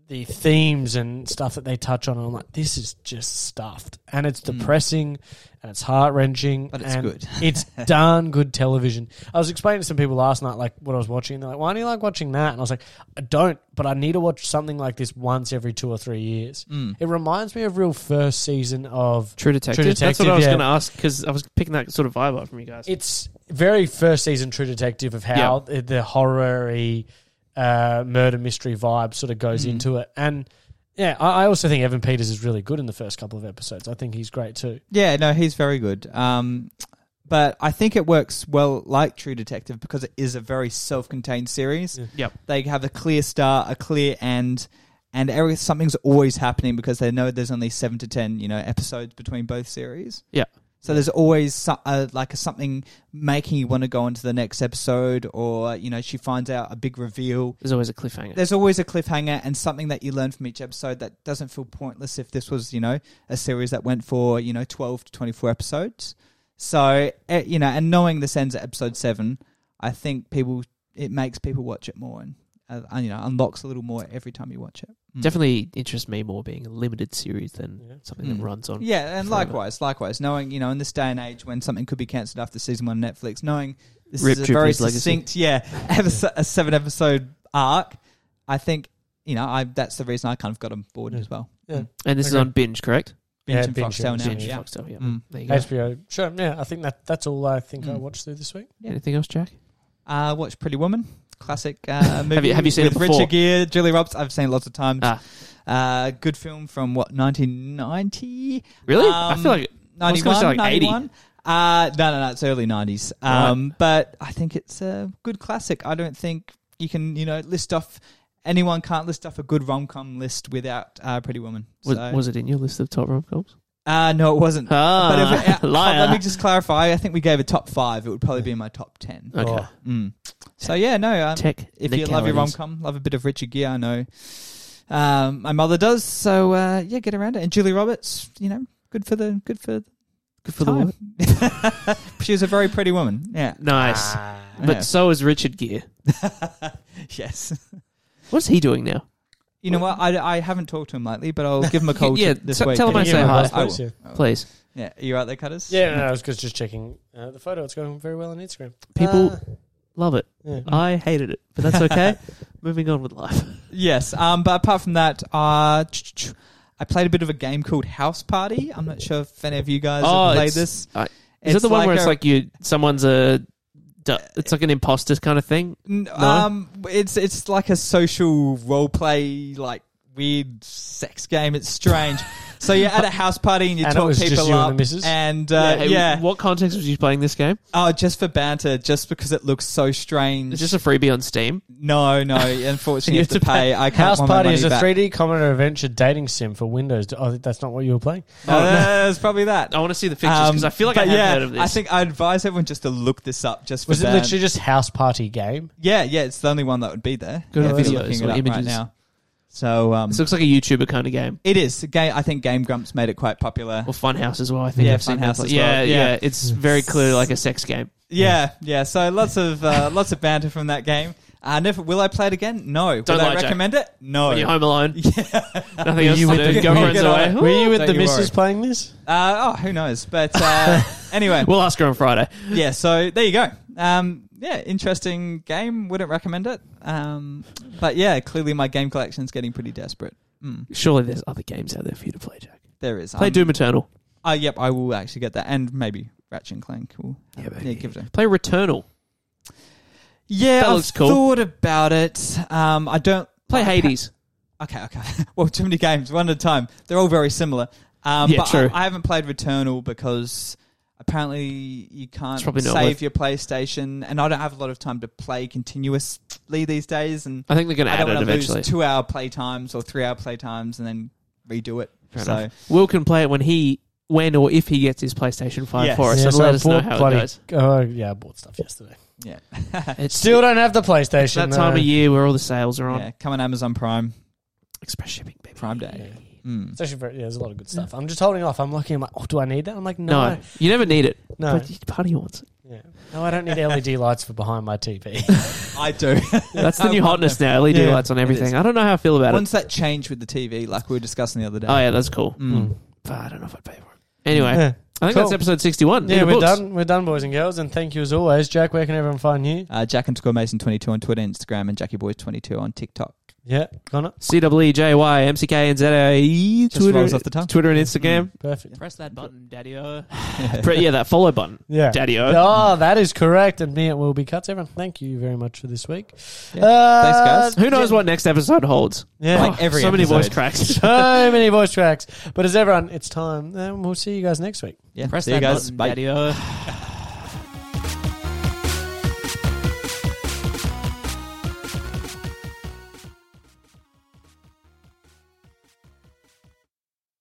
S1: the themes and stuff that they touch on, and I'm like, this is just stuffed, and it's
S2: Mm.
S1: depressing, and it's heart wrenching,
S2: But it's
S1: and
S2: good.
S1: it's darn good television. I was explaining to some people last night, like what I was watching. and They're like, "Why do you like watching that?" And I was like, "I don't, but I need to watch something like this once every two or three years."
S2: Mm.
S1: It reminds me of real first season of.
S3: True Detective. That's
S1: Detective,
S3: what I was
S1: yeah.
S3: going to ask because I was picking that sort of vibe up from you guys.
S1: It's very first season True Detective of how the, the horror-y, uh, murder mystery vibe sort of goes
S2: Mm.
S1: into it, and yeah, I, I also think Evan Peters is really good in the first couple of episodes. I think he's great too.
S2: Yeah, no, he's very good. Um, but I think it works well like True Detective because it is a very self-contained series.
S1: Yeah.
S3: Yep.
S2: They have a clear start, a clear end, and every, something's always happening because they know there's only seven to ten, you know, episodes between both series.
S3: Yeah.
S2: So there's always so- uh, like a something making you want to go on to the next episode, or you know, she finds out a big reveal.
S3: There's always a cliffhanger.
S2: There's always a cliffhanger and something that you learn from each episode that doesn't feel pointless if this was, you know, a series that went for, you know, 12 to 24 episodes. So, eh, you know, and knowing this ends at episode seven, I think people, it makes people watch it more and, uh, and, you know, unlocks a little more every time you watch it. Mm.
S3: Definitely interests me more being a limited series than
S1: Yeah.
S3: something
S2: Mm.
S3: that runs on.
S2: Yeah, and
S3: forever.
S2: likewise, likewise, knowing, you know, in this day and age when something could be cancelled after season one on Netflix, knowing this
S3: Rip
S2: is a very
S3: Drifter's legacy.
S2: succinct, yeah, episode, a seven episode arc, I think, you know, I that's the reason I kind of got on board
S1: Yeah.
S2: as well.
S3: And this is
S1: Okay.
S3: on binge, correct?
S2: Binge
S1: Yeah,
S2: and
S1: binge
S2: Foxtel
S1: and
S2: now.
S3: Binge,
S1: binge.
S2: yeah.
S3: Foxtel, yeah.
S2: Mm.
S3: There you go.
S1: HBO, sure, yeah. I think that that's all I think I
S2: Mm.
S1: watched through this week.
S3: Anything else, Jack?
S2: Uh, watch Pretty Woman, classic uh, movie.
S3: you- have you seen
S2: with
S3: it before?
S2: Richard Gere, Julie Roberts. I've seen it lots of times.
S3: Ah.
S2: Uh, good film from what 1990,
S3: Really? I
S2: Um,
S3: feel like
S2: 91,
S3: say like 80.
S2: 91? Uh, no, no, no. It's early 90s. Um, but I think it's a good classic. I don't think you can, you know, list off. Anyone can't list off a good rom com list without uh, Pretty Woman.
S3: was,
S2: So-
S3: was it in your list of top rom coms?
S2: uh, no, it wasn't.
S3: Ah,
S2: but if, uh,
S3: liar.
S2: Let me just clarify. I think we gave a top five. It would probably be in my top ten.
S3: Okay.
S1: Oh.
S2: Mm. So yeah, no. Um,
S3: Tech.
S2: if you love your rom com, love a bit of Richard Gere, I know. Um, my mother does, so uh, yeah, get around it. And Julie Roberts, you know, good for the good for
S3: good for
S2: the
S3: the
S2: time.
S3: work.
S2: she was a very pretty woman. Yeah.
S3: Nice.
S1: Ah.
S3: But
S2: Yeah.
S3: so is Richard Gere.
S2: yes.
S3: What's he doing now?
S2: You know what? I, I haven't talked to him lately, but I'll give him a call.
S3: Yeah,
S2: t- this
S3: t-
S2: week.
S3: tell him I
S1: Can you
S3: say
S1: give me
S3: hi.
S1: those,
S2: I
S1: please?
S2: will.
S3: Please.
S2: Yeah, you out there, cutters?
S1: Yeah, no, no, I was just just checking uh, the photo. It's going very well on Instagram.
S3: People-
S1: Uh,
S3: Love it.
S1: yeah.
S3: I hated it, but that's okay. Moving on with life.
S2: Yes. Um, but apart from that, uh, ch- ch- I played a bit of a game called House Party. I'm not sure if any of you guys
S3: Oh,
S2: have played
S3: it's-
S2: this.
S3: I- Is that the one where it's
S2: a-
S3: like you someone's a du- it's like an imposter kind of thing?
S2: N-
S3: No?
S2: Um, it's it's like a social role play like weird sex game. It's strange. so you're at a house party and you
S1: And it
S2: talk
S1: was just
S2: people
S1: you and
S2: up,
S1: the missus?
S2: and uh, yeah,
S3: hey, What context was you playing this game?
S2: oh, just for banter, just because it looks so strange.
S3: It's just a freebie on Steam.
S2: no, no, unfortunately, you have to pay. I can't
S1: House
S2: want my
S1: Party is
S2: money
S1: a
S2: back.
S1: 3D commoner adventure dating sim for Windows. Oh, that's not what you were playing.
S2: Uh, it's probably that.
S3: I want to see the pictures because
S2: Um,
S3: I feel like I
S2: but
S3: have
S2: yeah,
S3: heard of this.
S2: I think I advise everyone just to look this up. Just for
S1: Was it
S2: ban-
S1: literally just House Party game?
S2: Yeah, yeah, it's the only one that would be there.
S3: Go to
S2: yeah, if you're
S3: videos
S2: looking
S3: or
S2: it up right
S3: images.
S2: now. So um,
S3: this looks like a YouTuber kind of game
S2: it is. Game, I think Game Grumps made it quite popular.
S3: or Funhouse as well. I think
S2: Yeah,
S3: I've seen
S2: Funhouse
S3: that.
S2: as
S3: Yeah,
S2: well,
S3: yeah,
S2: yeah.
S3: It's very clearly like a sex game.
S2: Yeah, yeah. So lots of uh, lots of banter from that game. Uh, never will I play it again? No.
S3: Don't
S2: will
S3: lie,
S2: I
S3: Jake.
S2: recommend it? No.
S3: When you're home alone, nothing
S1: Were
S3: else
S1: you
S3: to
S1: with
S3: do.
S1: the-
S3: Girlfriend's
S2: Get
S3: away.
S2: out.
S1: Were you with
S2: Don't
S1: the
S2: you
S1: missus
S2: worry.
S1: playing this?
S2: Uh, oh, who knows? But uh, anyway,
S3: We'll ask her on Friday.
S2: yeah. So there you go. Um, yeah, interesting game. Wouldn't recommend it. Um, but yeah, clearly my game collection's getting pretty desperate. Mm,
S3: Surely there's other games out there for you to play, Jack.
S2: there is.
S3: Play
S2: Um,
S3: Doom Eternal.
S2: Uh, yep, I will actually get that, and maybe Ratchet and Clank. Will,
S3: Yeah,
S2: yeah,
S3: maybe.
S2: give it. A,
S3: Play Returnal.
S2: yeah,
S3: That
S2: I've
S3: looks cool.
S2: thought about it. Um, I don't
S3: Play
S2: like-
S3: Hades.
S2: Okay, okay. well, too many games, one at a time. They're all very similar. Um,
S3: Yeah,
S2: but
S3: true.
S2: I, I haven't played Returnal because apparently you can't
S3: It's probably not
S2: save
S3: worth-
S2: your PlayStation, and I don't have a lot of time to play continuously these days, and
S3: I think they're going to
S2: I
S3: add
S2: don't
S3: it
S2: want to
S3: eventually.
S2: lose two-hour playtimes or three-hour playtimes and then redo it.
S3: Fair
S2: so
S3: enough. Will can play it when he, when or if he gets his PlayStation Five
S2: Yes.
S3: for us,
S1: Yeah,
S3: and
S1: so
S3: let
S1: I
S3: us know
S1: bought
S3: how
S1: bloody-
S3: it goes.
S1: Oh, yeah, I bought stuff yesterday.
S2: yeah,
S3: It's
S1: Still don't have the PlayStation.
S3: that time
S1: though.
S3: of year where all the sales are on
S2: yeah. Come on, Amazon Prime,
S3: express shipping, baby.
S2: Prime Day. Mm.
S1: It's actually very, yeah, there's a lot of good stuff. I'm just holding off. I'm looking. I'm like, oh, do I need that? I'm like,
S3: No,
S1: no,
S3: you never need it.
S1: no, no.
S3: But part of you wants it.
S1: I don't need LED lights for behind my TV.
S2: I do.
S3: That's the new
S2: I want
S3: hotness now. LED
S2: Yeah,
S3: lights on
S2: it
S3: everything.
S2: is.
S3: I don't know how I feel about
S2: Once that changed with the TV, like we were discussing the other day.
S3: it. Oh yeah, that's cool.
S2: Mm.
S3: But I don't know if I'd pay for it. Anyway,
S1: Hmm. Yeah.
S3: I think that's
S1: Cool.
S3: episode sixty-one.
S1: Yeah,
S3: In the
S1: we're
S3: books.
S1: done. We're done, boys and girls. And thank you as always, Jack. Where can everyone find you?
S2: Uh, Jack underscore Mason twenty two on Twitter, Instagram, and Jackie Boys twenty two on TikTok.
S1: Yeah, Connor.
S3: C W E J Y M C K N Z A E
S2: Just rolls
S3: Twitter,
S2: off the tongue. Mm.
S3: Twitter and Instagram.
S1: Perfect.
S4: Press that button, daddy. Uh,
S3: But yeah, that follow button,
S1: Yeah.
S3: Daddy O.
S1: Oh, that is correct. And me, it will be cuts. Everyone, thank you very much for this week.
S2: Yeah.
S1: Uh,
S2: Thanks, guys.
S3: Who knows what next episode holds?
S1: Yeah.
S2: Like every
S3: so many voice
S2: episode.
S3: cracks.
S1: so many voice tracks. But as everyone, it's time. And we'll see you guys next week.
S2: Yeah.
S4: press
S2: See
S4: that
S2: you guys.
S4: button,
S2: Bye.
S4: daddy. Uh.